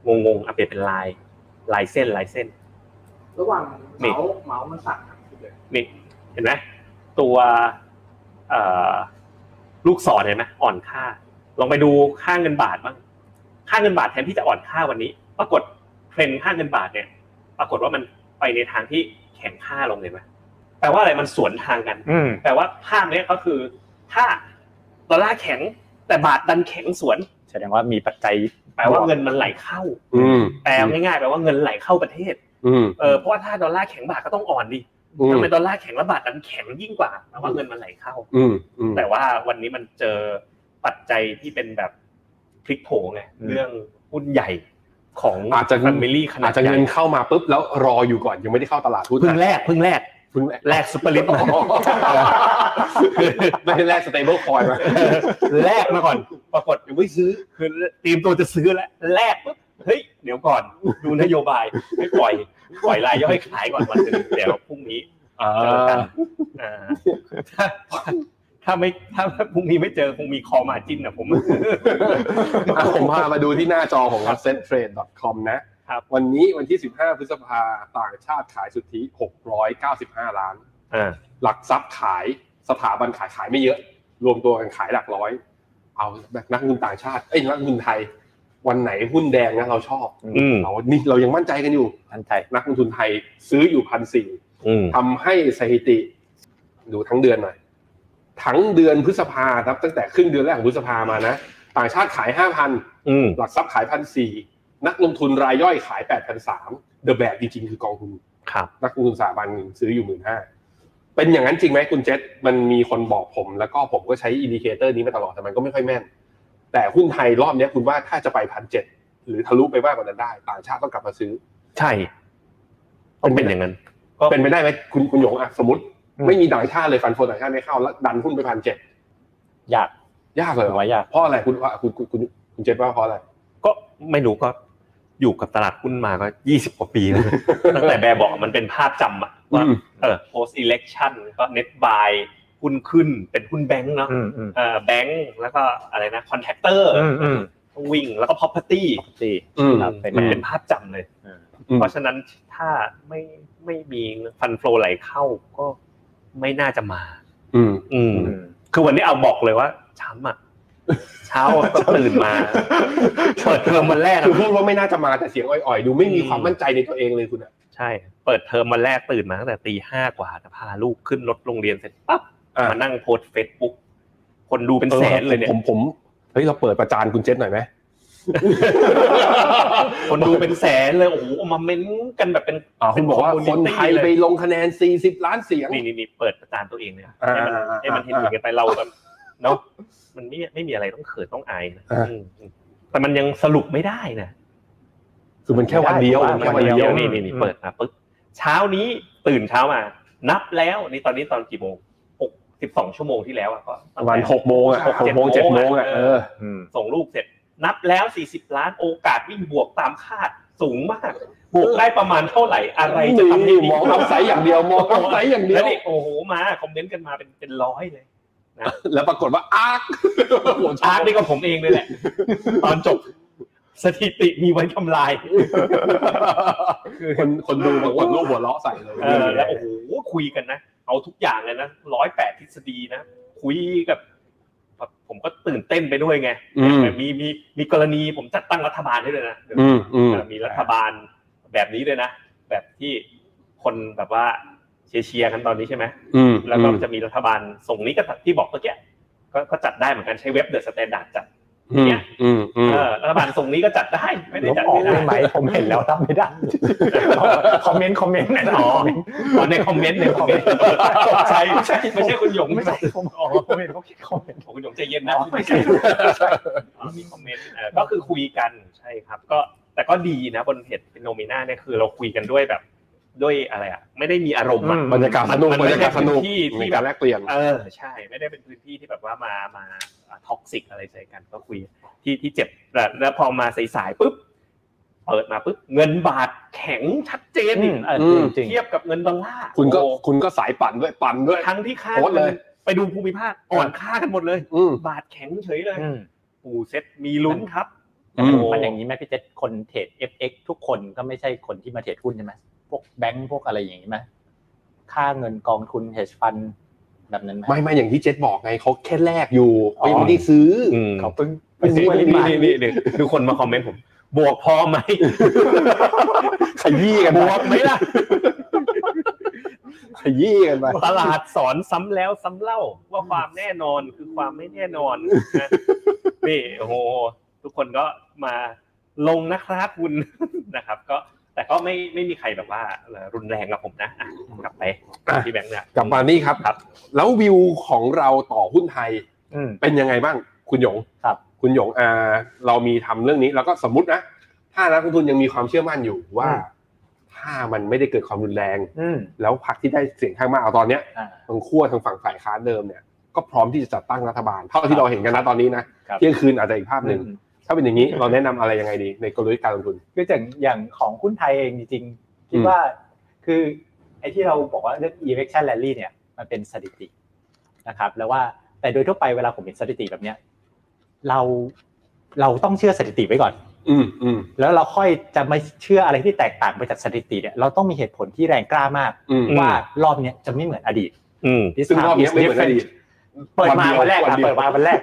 งงงๆอ่ะเปลี่ยนเป็นลาย ลายเส้นลายเส้น ระหว่างเมาส์เมาส์มันสั่นทั้งทีเลย นี่เห็นไหมตัวเอ่อลูกศรเห็นไหมอ่อนค่า ลองไปดูค่าเงินบาทบ้างค่าเงินบาทแทนที่จะอ่อนค่าวันนี้ ปรากฏเทรนด์ค่าเงินบาทเนี่ย ปรากฏว่ามันไปในทางที่แข็งค่าลงเลยไหมแปลว่าอะไรมันสวนทางกัน อืม แปลว่าภาพเนี้ยก็คือถ้าดอลลาร์แข็งแต่บาทดันแข็งสวน แสดงว่ามีปัจจัย แปลว่าเงินมันไหลเข้า อืม แปลง่ายๆแปลว่าเงินไหลเข้าประเทศ อืม เออเพราะว่าถ้าดอลลาร์แข็งบาทก็ต้องอ่อนดิ อืม ทำไมดอลลาร์แข็งแล้วบาทดันแข็งยิ่งกว่าแปลว่าเงินมันไหลเข้า อืมอืม แต่ว่าวันนี้มันเจอปัจจัยที่เป็นแบบพลิกโผงไง อืม เรื่องหุ้นใหญ่ของ อาจจะ แฟมิลี่ขนา อา ด จจะ ใหญ่ เงินเข้ามาปุ๊บแล้วรออยู่ก่อนยังไม่ได้เข้าตลาดหุ้น เพึ่ง นะ แรกเพึ่งแรก เพึ่งแรก แรกซุปเปอร์ลิฟต์มา ไม่ได้แรกสเตเบิลคอยมา แรกมาก่อน ปรากฏ ยังไม่ซื้อ คือเตรียมตัวจะซื้อแล้วแลกปุ๊บเฮ้ยเดี๋ยวก่อน ดูนโยบายไม่ปล่อยปล่อยรายย่อยขายก่อนวันหนึงเดี๋ยวพรุ่งนี้เจอกันอ่าถ้าถ้าไม่ถ้าพรุ่งนี้ไม่เจอคงมีคอมาจินนะผม อ่ะผมพามาดูที่หน้าจอของ asset trade com นะครับ วันนี้วันที่ 15 พฤษภาต่างชาติขายสุทธิ 695 ล้าน อ่า หลักทรัพย์ขายสถาบันขายขายไม่เยอะ รวมตัวกันขายหลักร้อย เอานักลงทุนต่างชาติเอ้ยนักลงทุนไทย วันไหนหุ้นแดงนะเราชอบ อืม เรานี่เรายังมั่นใจกันอยู่ ทันใจ นักลงทุนไทยซื้ออยู่พันสี่ อืม ทำให้สถิติ ดูทั้งเดือนหน่อย ทั้งเดือนพฤษภาครับ ตั้งแต่ครึ่งเดือนแรกของพฤษภามานะ ต่างชาติขายห้าพัน อืม หลักทรัพย์ขายพันสี่นักลงทุนรายย่อยขายแปดพันสามเดอะแบบจริงๆ คือกองทุน ครับ นักลงทุนสถาบันซื้ออยู่หมื่นห้าเป็นอย่างนั้นจริงไหมคุณเจษมันมีคนบอกผม แล้วก็ผมก็ใช้อินดิเคเตอร์นี้มาตลอดแต่มันก็ไม่ค่อยแม่น แต่หุ้นไทยรอบเนี้ยคุณว่าถ้าจะไปพันเจ็ดหรือทะลุไปมากกว่านั้นได้ ต่างชาติต้องกลับมาซื้อ ใช่ต้องเป็นอย่างนั้น ก็ เป็นไปได้ไหมคุณคุณหยงอ่ะสมมติ อืม ไม่มีต่างชาติเลยฟันโฟนต่างชาติไม่เข้าแล้วดันหุ้นไปพันเจ็ด อยาก ยากเล ห ย รือว่ายาก เพราะอะไรคุณว่าคุณคุณคุณคุณเจษว่าเพราะอะไร ก็ไม่รู้ก็อยู่กับตลาดหุ้นมาก็ยี่สิบกว่าปีแล้ว ตั้งแต่แบบบอกมันเป็นภาพจำอะว่า อืม เออ post election ก็ net buy หุ้นขึ้นเป็นหุ้นแบงก์เนาะ อืมอืม เออแบงก์แล้วก็อะไรนะ contractor อืมอืม ต้องวิ่งแล้วก็ property สี่ อืม ครับ อืมมันเป็นภาพจำเลย อืม อืม เพราะฉะนั้นถ้าไม่ไม่มีฟัน l ฟลไหลเข้าก็ ไม่น่าจะมา อืม อืม คือวันนี้เอาบอกเลยว่าช้ำอ่ะ เช้าก็ตื่นมา เปิดเทอมวันแรกอะ คือพูดว่าไม่น่าจะมาแต่เสียงอ่อยๆ ดูไม่มีความมั่นใจในตัวเองเลยคุณอะ ใช่ เปิดเทอมวันแรกตื่นมาตั้งแต่ตีห้ากว่าแต่พาลูกขึ้นรถโรงเรียนเสร็จปั๊บ อ่ะ มานั่งโพสเฟซบุ๊กคนดูเป็นแสนเลยเนี่ย ผมผมเฮ้ยเราเปิดประจานคุณเจษหน่อยไหม คนดูเป็นแสนเลยโอ้โหมาเม้นต์กันแบบเป็น อ่าคุณบอกว่า เป็ ค community นไทยไป เลย ลงคะแนน 40 ล้านเสียง นี่นี่นี่เปิดประจานตัวเองเนี่ย อ่า ให้มัน อ่าอ่า ให้มันเห็น อ่า ๆกันไปเราแบบเนาะมันไม่ไม่มีอะไรต้องเขินต้องอายนะ อ่า อืมแต่มันยังสรุปไม่ได้นะ คือมันแค่วันเดียว ได้ แค่วัน เดี เดี ย ยว ว นี่นี่นี่เปิดมาปุ๊บเช้านี้ตื่นเช้ามา นับแล้วนี่ตอนนี้ตอนกี่โมงหกสิบสองชั่วโมงที่แล้วอ่ะก็ ประมาณหกโมงอ่ะหกโมงเจ็ดโมงอ่ะเออ อืม ส่งลูกเสร็จ นับแล้วสี่สิบล้านโอกาสวิ่งบวกตามคาดสูงมาก บวกได้ประมาณเท่าไหร่อะไรจะทำให้ นี่ ดี มองอัพไซด์อย่างเดียวมองอัพไซด์อย่างเดีย แล้ว วนี่โอ้โหมาคอมเมนต์กันมาเป็นเป็นร้อยเลย แล้วปรากฏว่าอาร์คหัว ชา ชา ร์จร์จ นี่ก็ผมเองเลยแหละ ตอนจบ สถิติมีไว้ทำลาย คนคนดูปรากฏลูกหัวเราะใส่เลย เออแล้วโอ้โหคุยกันนะ เอาทุกอย่างเลยนะร้อยแปดทฤษฎีนะ คุยกับแบบผมก็ตื่นเต้นไปด้วยไง อืม แบบมีมีมีกรณีผมจัดตั้งรัฐบาลให้ด้วยนะ อืมอืม เออมีรัฐบาลแบบนี้ด้วยนะ แบบที่คนแบบว่าเชียร์ๆกันตอนนี้ใช่ไหม อืม แล้วก็จะมีรัฐบาลส่งนี้ก็ที่บอกเมื่อกี้ก็ก็จัดได้เหมือนกันใช้เว็บเดอะสแตนดาร์ดจัด อืมอืมอืม เออรัฐบาลส่งนี้ก็จัดได้ไม่ได้ ลบ จัด ออก ไม่ได้ ได้ไหมผมเห็นแล้วทำไม่ได้ คอมเมนต์คอมเมนต์นะ อ๋อ อ๋อในคอมเมนต์ในคอมเมนต์ใช่ไม่ใช่ไม่ใช่คุณหยง ไม่ ไม่ ใช่ ใช่ ผมอ๋อผมเห็นเขาเขียนคอมเมนต์ ผมคุณหยงใจเย็นนะ อ๋อ ไม่ใช่อ๋อมีคอมเมนต์เอ่อก็คือคุยกันใช่ครับ ก็แต่ก็ดีนะบนเพจเป็นโนมิน่าเนี่ยคือเราคุยกันด้วยแบบ ด้วยอะไรอ่ะ ไม่ได้มีอารมณ์อ่ะ บรรยากาศสนุก มัน บรรยากาศสนุก ที่ที่ ในการแลกเปลี่ยน เออใช่ ไม่ได้เป็นพื้นที่ที่แบบว่ามามาท็อกซิกอะไรใส่กันก็คุยที่ที่เจ็บแต่แล้วพอมาสายๆปุ๊บเปิดมาปุ๊บเงินบาทแข็งชัดเจนอีก เออ อืม จริงๆ เทียบกับเงินดอลลาร์ คุณก็ โอ้โห คุณก็สายปั่นด้วยปั่นด้วย ทั้งที่ค่า โพสต์เลย งินไปดูภูมิภาคอ่อนค่ากันหมดเลย อืม บาทแข็งเฉยเลย อืม ปูเซ็ตมีลุ้นครับ อืม โ มันอย่างนี้ไหมพี่เจษคนเทรด FX ทุกคนก็ไม่ใช่คนที่มาเทรดหุ้นใช่ไหมพวกแบงก์พวกอะไรอย่างนี้ไหมค่าเงินกองทุน hedge fund แบบนั้นไหม ไม่ไม่อย่างที่เจษบอกไงเขาแค่แลกอยู่เขายังไม่ได้ซื้ออ เขาเพิ่ง ไม่ เป็น ซื้อ ผู้บริ นี่ หาร นี่นี่นี่ดูคนมาคอมเมนต์ผม บวกพอ ไหม ขยี้กับนไป วกไหมล่ะ ขยี้กันไป ตลาดสอนซ้ำแล้วซ้ำเล่าว่าความแน่นอนคือความไม่แน่นอน นะนี่โอ้โหทุกคนก็มาลงนะครับคุณ นะครับ ก็แต่ก็ไม่ไม่มีใครแบบว่าเอ่อรุนแรงกับผมนะอ่ะกลับไปพี่แบงค์เนี่ย กลับมานี่ครับ ครับ แล้ววิวของเราต่อหุ้นไทย อืม เป็นยังไงบ้าง คุณหยง ครับ คุณหยงอ่าเรามีทำเรื่องนี้แล้วก็สมมตินะ ถ้านักลงทุนยังมีความเชื่อมั่นอยู่ว่า ถ้ามันไม่ได้เกิดความรุนแรง อืม แล้วพรรคที่ได้เสียงข้างมากเอาตอนเนี้ย อ่า ทางขั้วทางฝั่งฝ่ายค้านเดิมเนี่ยก็พร้อมที่จะจัดตั้งรัฐบาลเท่าที่เราเห็นกันนะตอนนี้นะครับ เที่ยงคืนอาจจะอีกภาพหนึ่งถ้าเป็นอย่างนี้เราแนะนำอะไรยังไงดี ในกลยุทธ์การลงทุน คืออย่างอย่างของหุ้นไทยเองจริงๆคิดว่าคือไอ้ที่เราบอกว่าเรื่อง election rally เนี่ยมันเป็นสถิตินะครับ แล้วว่าแต่โดยทั่วไปเวลาผมเห็นสถิติแบบเนี้ยเราเราต้องเชื่อสถิติไว้ก่อน อืมอืม แล้วเราค่อยจะไม่เชื่ออะไรที่แตกต่างไปจากสถิติเนี่ยเราต้องมีเหตุผลที่แรงกล้ามาก อืม ม ว่ารอบเนี้ยจะไม่เหมือนอดีต อืม This ซึ่งรอบเนี้ย time is ไม่เหมือนอดีต different เปิดมาวันแรก วัน อะ เดียว เปิดมาวันแรก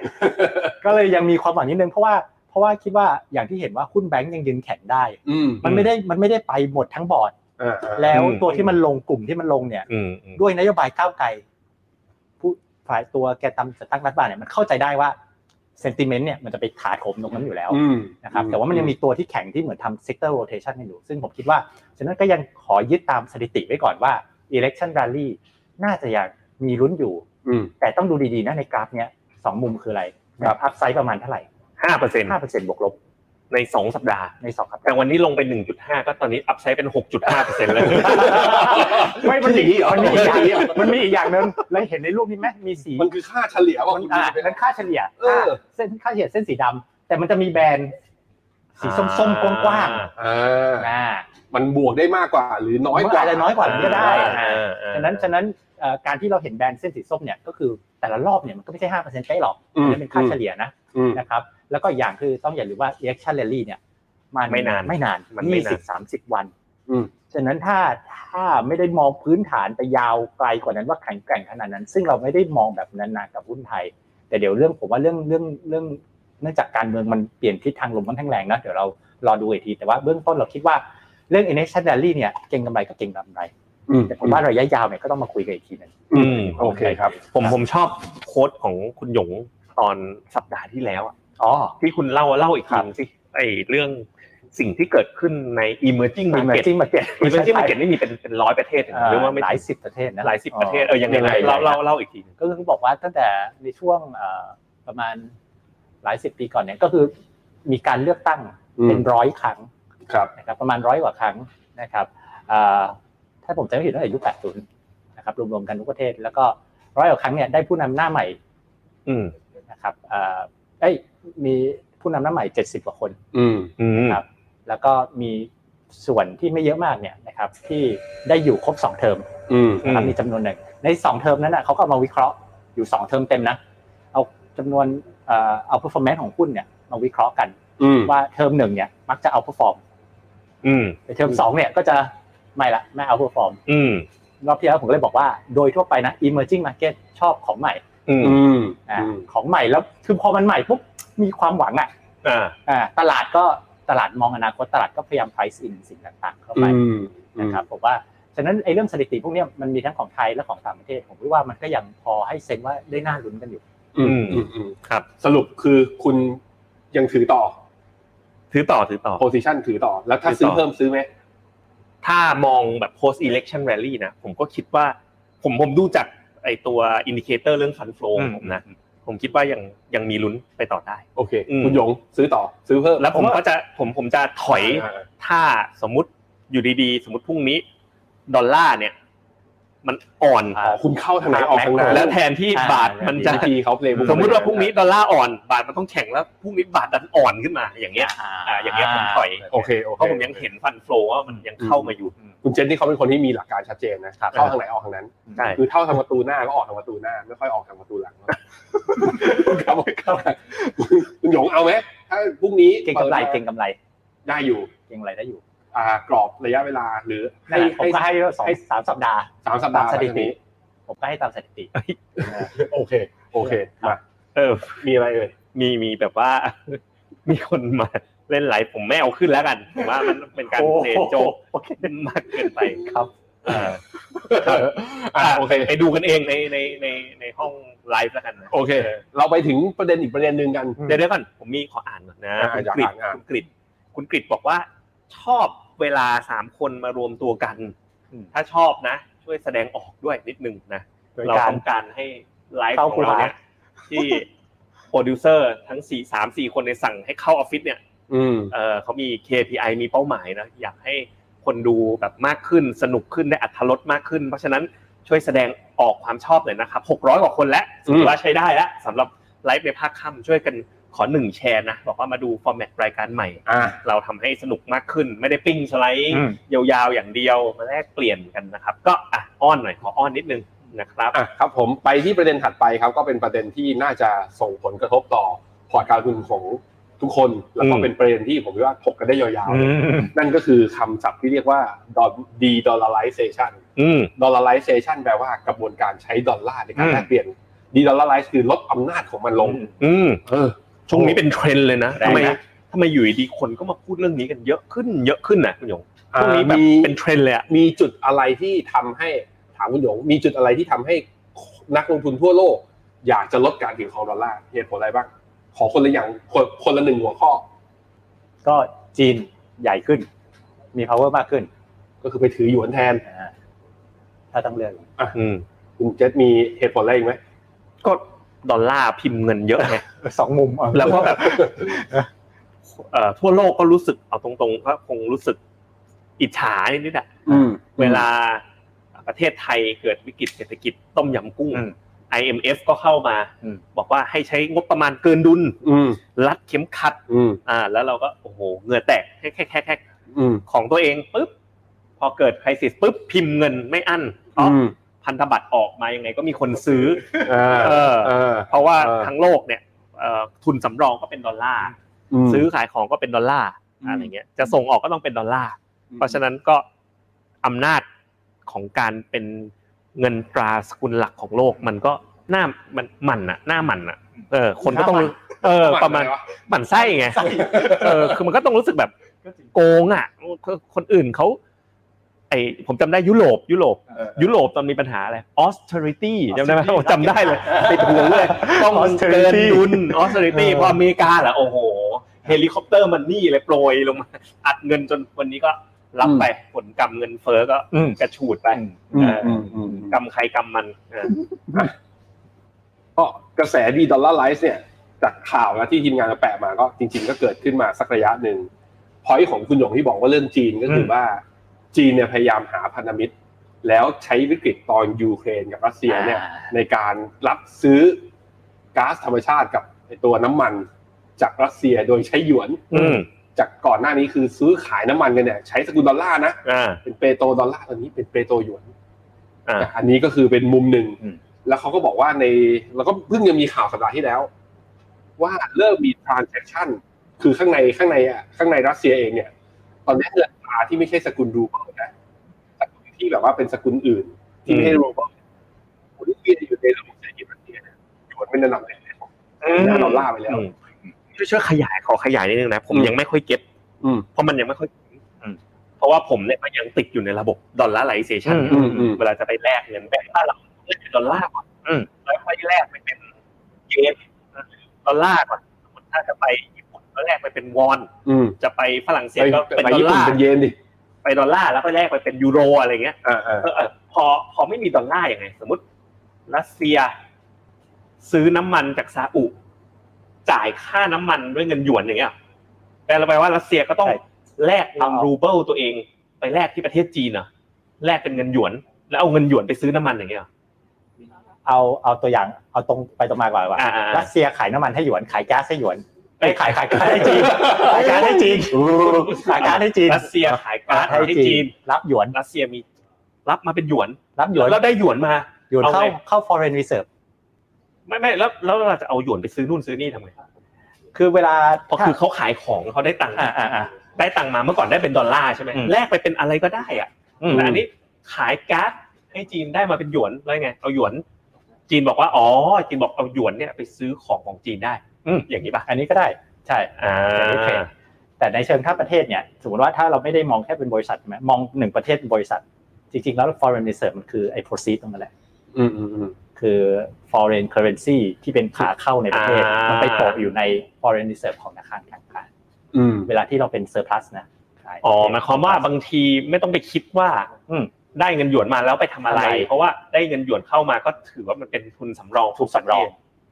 ก็เลยยังมีความหวังนิดนึงเพราะว่าเพราะว่าคิดว่าอย่างที่เห็นว่าหุ้นแบงก์ยังยืนแข็งได้ อืม มันไม่ได้มันไม่ได้ไปหมดทั้งบอร์ด อ่าอ่า แล้ว อืม ตัวที่มันลงกลุ่มที่มันลงเนี่ย อืม ด้วยนโยบายก้าวไกลผู้ฝ่ายตัวแกนนำจัดตั้งรัฐบาลเนี่ยมันเข้าใจได้ว่าเซนติเมนต์เนี่ยมันจะไปขาดโถมตรงนั้นอยู่แล้ว อืม นะครับแต่ว่ามันยังมีตัวที่แข็งที่เหมือนทำ sector rotation กันอยู่ ซึ่งผมคิดว่า ฉะนั้นก็ยังขอยึดตามสถิติไว้ก่อนว่า election rally น่าจะยังมีลุ้นอยู่ อืม แต่ต้องดูดีๆนะในกราฟเนี้ยสองมุมคืออะไรกราฟอัพไซด์ประมาณเท่าไหร่ ห้าเปอร์เซ็นต์ ห้าเปอร์เซ็นต์บวกลบ ในสองสัปดาห์ ในสองครับ แต่วันนี้ลงไป 1.5 ก็ตอนนี้อัพไซด์เป็น 6.5เปอร์เซ็นต์แล้ว ไม่มันมี อย่างนี้เหรอ มันมีอีกอย่างมันมีอีกอย่างหนึงแล้วเห็นในรูปนี้ไหมมีสี มันคือค่าเฉลี่ยว่า มัน คุณ อ่า จะเป็น นั้นค่าเฉลี่ย เออ เส้นค่าเฉลี่ยเส้นสีดำแต่มันจะมีแบนสีส้มๆกว้าง อ่า ๆอ่า มันบวกได้มากกว่าหรือน้อยกว่า มันจจะน้อยกว่านั้นก็ได้ อ่าอ่าอ่า ฉะนั้นฉะนั้นเอ่อการที่เราเห็นแบนเส้นสีส้มเนี่ยก็คือแต่ละรอบเนี่ยมันก็ไม่ใช่ห้าเปอร์เซ็นต์ได้หรอก อืม นั่นเป็นค่าเฉลี่ยนะ อืม นะครับ แล้วก็อย่างคือต้องอย่าลืมว่า election rally เนี่ยมัน ไม่นาน ไม่นาน มันไม่นาน ยี่สิบสามสิบวัน อืม ฉะนั้นถ้าถ้าไม่ได้มองพื้นฐานไปยาวไกลกว่านั้นว่าแข็งแกร่งขนาดนั้น ซึ่งเราไม่ได้มองแบบนั้นนะกับหุ้นไทย แต่เดี๋ยวเรื่องผมว่าเรื่องเรื่องเรื่องเนื่องจากการเมืองมันเปลี่ยนทิศทางลมค่อนข้างแรงนะเดี๋ยวเรารอดูอีกทีแต่ว่าเบื้องต้นเราคิดว่าเรื่อง i n n o v a t i o n rally เนี่ยเก่งกำไรก็เก่งกำไร อืม แต่ผมว่าระยะยาวเนี่ยก็ต้องมาคุยกันอีกทีหนึง อืม โอเคครับ ผมผมชอบโค้ดของคุณหยงตอนสัปดาห์ที่แล้วอะ อ๋อ ที่คุณเล่าเล่าอีกครั้งสิไอเรื่องสิ่งที่เกิดขึ้นใน emerging market emerging market emerging market นี่มีเป็นเป็นร้อยประเทศ เอ่อ หรือว่าไม่ หลายสิบประเทศนะ หลายสิบประเทศเออยังไง ยังไง เล่าเล่าเล่าอีกทีหนึ่ง ก็คือบอกว่าตั้งแต่ในช่วงเอ่อประมาณหลายสิบปีก่อนเนี่ยก็คือมีการเลือกตั้ง อื เป็ ม นร้อยครั้ง ครับ นะครับประมาณร้อยกว่าครั้งนะครับเอ่อถ้าผมจำไม่ผิดตั้งแต่ยุค 80 นะครับรวมๆกันทุกประเทศ แล้วก็ร้อยกว่าครั้งเนี่ยได้ผู้นำหน้าใหม่ อืม นะครับเอ่อเอ้ยมีผู้นำหน้าใหม่ 70 กว่าคน อืม อืม ครับ แล้วก็มีส่วนที่ไม่เยอะมากเนี่ยนะครับที่ได้อยู่ครบ 2 เทอม อืม นะครับมีจำนวนหนึ่งใน 2 เทอมนั้นน่ะเขาก็เอามาวิเคราะห์อยู่ 2 เทอมเต็มนะเอาจำนวนเอ่อเอา performance ของหุ้นเนี่ยมาวิเคราะห์กัน อืม ว่าเทอมหนึ่งเนี่ยมักจะเอา perform อืม แต่เทอมสองเนี่ยก็จะไม่ละไม่เอาพวกฟอร์ม อืม รอบที่แล้วผมก็เลยบอกว่าโดยทั่วไปนะ emerging market ชอบของใหม่ อืม อืม อ่าของใหม่แล้วคือพอมันใหม่ปุ๊บมีความหวังอ่ะ อ่า อ่าตลาดก็ตลาดมองอนาคตตลาดก็พยายาม price in สิ่งต่างๆ เข้าไป อืม นะครับผมว่าฉะนั้นไอ้เรื่องสถิติพวกเนี้ยมันมีทั้งของไทยและของต่างประเทศ ผมคิดว่ามันก็ยังพอให้เซนว่าได้น่าลุ้นกันอยู่ อืมอืมอืม ครับ สรุปคือคุณยังถือต่อ ถือต่อถือต่อ โพซิชันถือต่อ แล้วถ้า ถือ ซื้อ ต่อ เพิ่มซื้อไหม ถ้ามองแบบ post election rally นะ ผมก็คิดว่า ผมผมดูจากไอตัวอินดิเคเตอร์เรื่อง fund flow ของผมนะ ผมคิดว่ายังยังมีลุ้นไปต่อได้ โอเค อืม คุณหยงซื้อต่อ ซื้อเพิ่ม แล้วผมก็จะผมผมจะถอย อ่าอ่า ถ้าสมมติอยู่ดีๆ สมมติพรุ่งนี้ ดอลลาร์เนี่ย มันอ่อน อ่า อ๋อคุณเข้าทางไหนออกทางนั้น แล้วแทนที่ อ่า บาทมันจะ จะพีเขาเลย สมมติว่าพรุ่งนี้ดอลลาร์อ่อนบาทมันต้องแข็งแล้วพรุ่งนี้บาทดันอ่อนขึ้นมาอย่างเงี้ย อ่าอย่างเงี้ยผมถอย โอเคโอเค เพราะผมยังเห็นฟันโฟลว่ามันยังเข้ามาอยู่ คุณเจนนี่เขาเป็นคนที่มีหลักการชัดเจนนะ ครับ เข้าทางไหนออกทางนั้น ใช่ คือเข้าทางประตูหน้าก็ออกทางประตูหน้า ไม่ค่อยออกทางประตูหลังครับครับคุณหยงเอาไหมถ้าพรุ่งนี้ เก่งกำไร ปิดมา เก่งกำไร ได้อยู่ เก่งกำไรได้อยู่ อ่ากรอบระยะเวลาหรือ นั่นแหละผมก็ให้สองสามสัปดาห์ สามสัปดาห์ ตามสถิแบบตินี้ ผมก็ให้ตามสถิติ โอเค โอเค ครับ มา เออ มีอะไรเอ่ย มีมีแบบว่า มีคนมาเล่นไลฟ์ผมไม่เอาขึ้นแล้วกันผมว่ามันเป็นการ โอ้โห เทรดโจกมากเกินไป ครับ เออ อ่าโอเค ไปดูกันเองในในในในห้องไลฟ์แล้วกันนะ โอเค เราไปถึงประเด็นอีกประเด็นหนึ่งกัน เดี๋ยวเดี๋ยวก่อนผมมีขออ่านก่อนนะ อ่า คุณ อยาก กริด อ่านอ่าน คุณกริดคุณกริดบอกว่า ชอบเวลาสามคนมารวมตัวกัน อืม ถ้าชอบนะ ช่วยแสดงออกด้วยนิดนึงนะ โดย เรา การ ต้องการให้ไลฟ์ เข้า ของเรา ครูบา เนี่ยที่ โปรดิวเซอร์ทั้งสี่สามสี่คนในยสั่งให้เข้าออฟฟิศเนี่ย อืม เอ่อเขามี KPI มีเป้าหมายนะอยากให้คนดูแบบมากขึ้นสนุกขึ้นได้อัธรสมากขึ้น เพราะฉะนั้นช่วยแสดงออกความชอบหน่อยนะครับ600กว่าคนแล้วถือว่าใช้ได้แล้วสำหรับไลฟ์ในภาคค่ำช่วยกันขอหนึ่งแชร์นะบอกว่ามาดูฟอร์แมตรายการใหม่ อ่า เราทำให้สนุกมากขึ้น ไม่ได้ปิ้งสไลด์ยาวๆอย่างเดียวมาแลกเปลี่ยนกันนะครับ ก็อ่ะอ้อนหน่อยขออ้อนนิดนึงนะครับ อ่ะครับผมไปที่ประเด็นถัดไปครับก็เป็นประเด็นที่น่าจะส่งผลกระทบต่อพอร์ตการลงทุนของทุกคน แล้วก็ อืม เป็นประเด็นที่ผมคิดว่าถกกันได้ยาวๆ นั่นก็คือคำศัพท์ที่เรียกว่า de-dollarization อืม dollarization แปลว่ากระบวนการใช้ดอลลาร์ในอืการ ม แลกเปลี่ยน de-dollarize คือลดอำนาจของมันลง อืม เออ ช่วงนี้เป็นเทรนด์เลยนะ แรง ทำไม นะ ทำไมอยู่ดีๆคนก็มาพูดเรื่องนี้กันเยอะขึ้นเยอะขึ้นนะคุณหยง พวกนี้แบบ มี เป็นเทรนด์เลยอะ มีจุดอะไรที่ทำให้ถามคุณหยง มีจุดอะไรที่ทำให้นักลงทุนทั่วโลก อยากจะลดการถือครองดอลลาร์เหตุผลอะไรบ้าง ขอคนละอย่างคนคนละหนึ่งหัวข้อ ก็จีนใหญ่ขึ้น มี power มากขึ้น ก็คือไปถือหยวนแทน อ่าถ้าต้องเลือก อืม คุณเจษมีเหตุผลอะไรอีกไหม ก็ดอลลาร์พิมพ์เงินเยอะไง สองมุมเอา แล้วก็แบบเอ่อทั่วโลกก็รู้สึกเอาตรงๆก็คงรู้สึกอิจฉานิดๆอะ อืม เวลาประเทศไทยเกิดวิกฤตเศรษฐกิจต้มยำกุ้ง อืม IMF ก็เข้ามา อืม บอกว่าให้ใช้งบประมาณเกินดุล อืม รัดเข็มขัด อืม อ่า แล้วเราก็โอ้โหเหงื่อแตกแค่แค่แค่แค่ อืม ของตัวเองปุ๊บพอเกิดคริสิสปุ๊บพิมพ์เงินไม่อั้นเพราะ อืม พันธบัตรออกมายังไงก็มีคนซื้อ อ่า เออ เออ เพราะว่า เออ ทั้งโลกเนี่ยเอ่อทุนสำรองก็เป็นดอลลาร์ ม ซื้อขายของก็เป็นดอลลาร์ อืม อะไรเงี้ยจะส่งออกก็ต้องเป็นดอลลาร์เพราะฉะนั้นก็ อำนาจของการเป็นเงินตราสกุลหลักของโลก มันก็หน้ามันหมันอะหน้าหมันอะเออ คนก็ต้องรู้เออ ประมาณหมันไส้ไง เออคือมันก็ต้องรู้สึกแบบ ก็จริง โกงอ่ะคือคนอื่นเขาไอผมจำได้ยุโรป ยุโรป ยุโรปตอนมีปัญหาอะไร austerity จำได้ไหม austerity ผมจำได้เลยติดหูเลย ต้องเกิน austerity ดุล austerity เออ พออเมริกาเหรอโอ้โห เฮลิคอปเตอร์มันนี่เลยโปรยลงมา อัดเงินจนวันนี้ก็รับไปผลกรรมเงินเฟ้อก็ อืม กระฉูดไป อืมอืมอืม กรรมใครกรรมมันเออ ก็กระแสดีดอลลาร์ไลซ์เนี่ย จากข่าวนะที่ทีมงานเราแปะมาก็จริง ๆ ก็เกิดขึ้นมาสักระยะหนึ่งพอยของคุณหยงที่บอกว่าเรื่องจีนก็คือว่า จีนเนี่ยพยายามหาพันธมิตร แล้วใช้วิกฤตตอนยูเครนกับรัสเซียเนี่ย ในการรับซื้อก๊าซธรรมชาติกับไอ้ตัวน้ำมันจากรัสเซียโดยใช้หยวน อืม จากก่อนหน้านี้คือซื้อขายน้ำมันกันเนี่ยใช้สกุลดอลลาร์นะ อ่า เป็นเปโตรดอลลาร์ตอนนี้เป็นเปโตรหยวน อ่า อ่ะอันนี้ก็คือเป็นมุมหนึ่ง อืม แล้วเขาก็บอกว่าในแล้วก็เพิ่งจะมีข่าวสัปดาห์ที่แล้ว ว่าเริ่มมี transaction คือข้างในข้างในอ่ะข้างในรัสเซียเองเนี่ย ตอนนี้เงินตราที่ไม่ใช่สกุลรูเบิลนะสกุลที่แบบว่าเป็นสกุลอื่น ที่ไม่ใช่รูเบิลคนที่อยู่ในระบบเศรษฐกิจรัสเซียเนี่ยหยวนเป็นอันดับแรกของดอลลาร์ไปแล้ว อืม ช่วยช่วยขยายขอขยายนิดนึงนะ ผม อืม ยังไม่ค่อยเก็ต อืม เพราะมันยังไม่ค่อยถึงเพราะว่าผมเนี่ยมันยังติดอยู่ในระบบดอลลาร์ไลเซชัน อืมอืม เวลาจะไปแลกเงินแบงก์บ้านเราแลกเป็นดอลลาร์ก่อน อืม แล้วค่อยแลกไปเป็นเยนดอลลาร์ก่อนสมมติถ้าจะไปญี่ปุ่นก็แลกไปเป็นวอน อืม จะไปฝรั่งเศส ไป ก็เป็น ไป ดอล ญี่ปุ่น ลาร์ เป็นเยนดิ ไปดอลลาร์แล้วก็แลกไปเป็นยูโรอะไรเงี้ย อ่าอ่า เออเออพอพอไม่มีดอลลาร์ยังไง สมมติรัสเซีย ซื้อน้ำมันจากซาอุ จ่ายค่าน้ำมันด้วยเงินหยวนอย่างเงี้ยแปลว่ารัสเซียก็ต้อง ใช่ แลกเงินรูเบิลตัวเอง ไปแลกที่ประเทศจีนเหรอ่ะแลกเป็นเงินหยวน แล้วเอาเงินหยวนไปซื้อน้ำมันอย่างเงี้ยเหรอ เอาเอาตัวอย่างเอาตรงไปตรงมาก่อนดีกว่า อ่าอ่า รัสเซียขายน้ำมันให้หยวนขายแก๊สให้หยวนไอ้ยขายขายก๊าซให้จีนขายก๊าซให้จีนขายก๊าซให้จีน รัสเซียขายก๊าซให้จีน รับหยวน รัสเซียมี รับมาเป็นหยวน รับหยวน แล้วได้หยวนมา หยวนเข้า เอาไง เข้า foreign reserve ไม่ไม่แล้วแล้วเราจะเอาหยวนไปซื้อนู่นซื้อนี่ทำไง คือเวลา เพราะคือเขาขายของเขาได้ตังค์ อ่าอ่าอ่า ได้ตังค์มาเมื่อก่อนได้เป็นดอลลาร์ใช่ไหม อืม แลกไปเป็นอะไรก็ได้อ่ะ อืม แต่อันนี้ขายก๊าซให้จีนได้มาเป็นหยวนแล้วไงเอาหยวน จีนบอกว่าอ๋อจีนบอกเอาหยวนเนี่ยไปซื้อของของจีนได้ อืม อย่างนี้ป่ะ อันนี้ก็ได้ใช่ อ่า อันนี้เทรดแต่ในเชิงถ้าประเทศเนี่ยสมมติว่าถ้าเราไม่ได้มองแค่เป็นบริษัทใช่ไหมมองหนึ่งประเทศเป็นบริษัท จริงๆ แล้ว foreign reserve มันคือไอ้ proceed ตรงนั้นแหละ อืมอืมอืม คือ foreign currency ที่เป็นขาเข้าในประเทศ มันไปโผล่อยู่ใน foreign reserve ของธนาคารกลาง อืม เวลาที่เราเป็น surplus นะขาย อ๋อหมายความว่าบางทีไม่ต้องไปคิดว่า อืม ได้เงินหยวนมาแล้วไปทำอะไร ทำอะไร เพราะว่าได้เงินหยวนเข้ามาก็ถือว่ามันเป็นทุนสำรอง ถูกสำรอง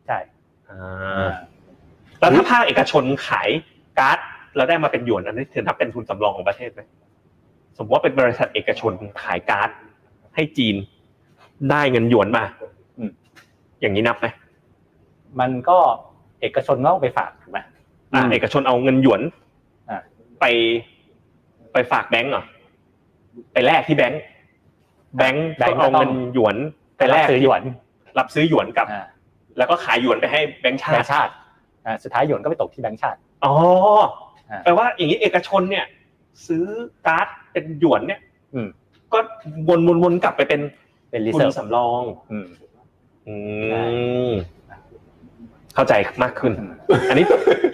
ใช่ อ่าแล้วถ้าภาคเอกชนขายก๊าซเราได้มาเป็นหยวนอันนี้ถือนับเป็นทุนสำรองของประเทศไหมสมมติว่าเป็นบริษัทเอกชนขายก๊าซให้จีน ได้เงินหยวนมาอืมอย่างนี้นับไหม มันก็เอกชนก็เอาไปฝากถูกไหม อ่ะ อืม เอกชนเอาเงินหยวน อ่ะ ไปไปฝากแบงก์เหรอไปแลกที่แบงก์แบงก์ก็เอาเงินหยวนไปแลก ซื้อหยวน รับซื้อหยวนกลับ อ่า แล้วก็ขายหยวนไปให้แบงก์ชา แบง ติ ค์ชาติอ่าสุดท้ายหยวนก็ไปตกที่แบงค์ชาติ อ๋ออา แปลว่าอย่างนี้เอกชนเนี่ย ซื้อการ์ดเป็นหยวนเนี่ย อืม ก็วนวนวนกลับไปเป็น เป็น ทุน reserve สำรอง อืม อื ใช่ มเข้าใจมากขึ้น อันนี้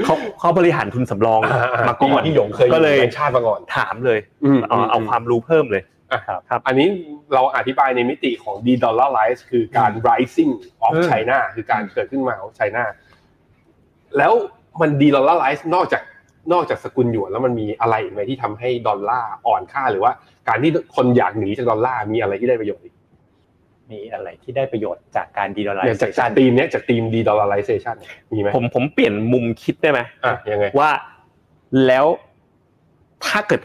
เขาเขาบริหารทุนสำรองมาก่อน ที่หยงเคย ก็เลย อยู่ในชาติมาก่อน ถามเลย อืม เอาเอาความรู้เพิ่มเลย อันนี้เราอธิบายในมิติของ de-dollarize คือการ rising of อืม China คือการเกิดขึ้นมาของ China แล้วมัน de-dollarize นอกจากนอกจากสกุลหยวนแล้วมันมีอะไรอีกไหมที่ทำให้ดอลลาร์อ่อนค่าหรือว่า การที่คนอยากหนีจากดอลลาร์มีอะไรที่ได้ประโยชน์อีก มีอะไรที่ได้ประโยชน์จากการดีดอลลา อย่าง ร์ จากจากธีมเนี้ยจากธีม de-dollarization เนี่ยมีไหม ผมผมเปลี่ยนมุมคิดได้ไหม อ่ะยังไง ว่าแล้วถ้าเกิด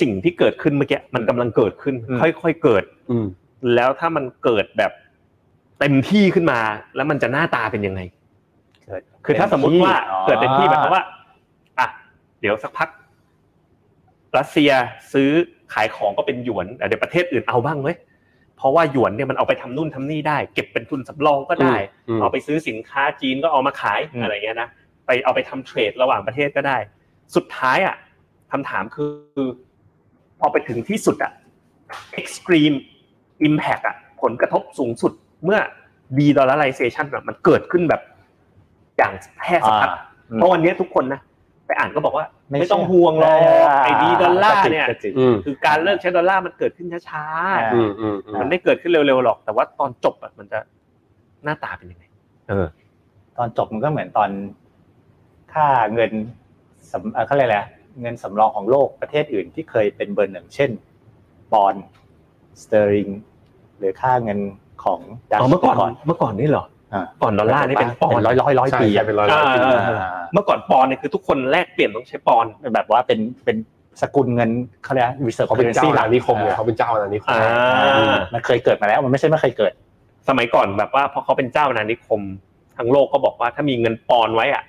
สิ่งที่เกิดขึ้นเมื่อกี้มันกำลังเกิดขึ้น อืม ค่อยๆเกิด อืม แล้วถ้ามันเกิดแบบเต็มที่ขึ้นมา แล้วมันจะหน้าตาเป็นยังไง เกิด คือถ้าสมมุติว่าเกิดเต็มที่หมายความว่าอ่ะเดี๋ยวสักพักรัสเซียซื้อขายของก็เป็นหยวนอ่ะเดี๋ยวประเทศอื่นเอาบ้างเว้ยเพราะว่าหยวนเนี่ยมันเอาไปทำนู่นทำนี่ได้ เก็บเป็นทุนสำรองก็ได้ อืม เอาไปซื้อสินค้าจีนก็เอามาขาย อืม อะไรเงี้ยนะไปเอาไปทำเทรดระหว่างประเทศก็ได้ สุดท้ายอ่ะคำถามคือพอไปถึงที่สุดอ่ะเท extreme impact อะผลกระทบสูงสุดเมื่อ de dollarization อะมันเกิดขึ้นแบบอย่างแพร่สะพัด อ่าอืม เพราะวันเนี้ยทุกคนนะไปอ่านก็บอกว่า ไม่ ไม่ต้อง เชื่อ ห่วงหรอก า ไอ้ดีดอลลาร์เนี่ย กะจิก อืม คือการเลิกใช้ดอลลาร์มันเกิดขึ้นช้า อ่า อืมอืมอื ๆ ม มันไม่เกิดขึ้นเร็วๆหรอก แต่ว่าตอนจบอะมันจะหน้าตาเป็นยังไง เออ ตอนจบมันก็เหมือนตอนค่าเงินสำเอ่อเขาเรียกอะไรอะเงินสำรองของโลกประเทศอื่นที่เคยเป็นเบอร์หนึ่งเช่นปอนด์สเตอริงหรือค่าเงินของดัช อ๋อเมื่อก่อนเมื่อก่อนนี่เหรอ อ่า ก่อนดอลลาร์นี่เป็นปอน เป็น ด์ ร้อยร้อยร้อย ใช่ ปี ใช่ อะ เป็นร้อยร้อยปี อ่า า เมื่อก่อนปอนด์เนี่ยคือทุกคนแลกเปลี่ยนต้องใช้ปอนด์ เป็นแบบว่าเป็นเป็นสกุลเงินเขาเรียกวิเศษ เขาเป็นเจ้าอาณานิคมไงเขาเป็นเจ้าอาณานิคม อ่า มันเคยเกิดมาแล้ว มันไม่ใช่ไม่เคยเกิด สมัยก่อนแบบว่าพอเขาเป็นเจ้านานิคมทั้งโลกก็บอกว่าถ้ามีเงินปอนด์ไว้อ่ะ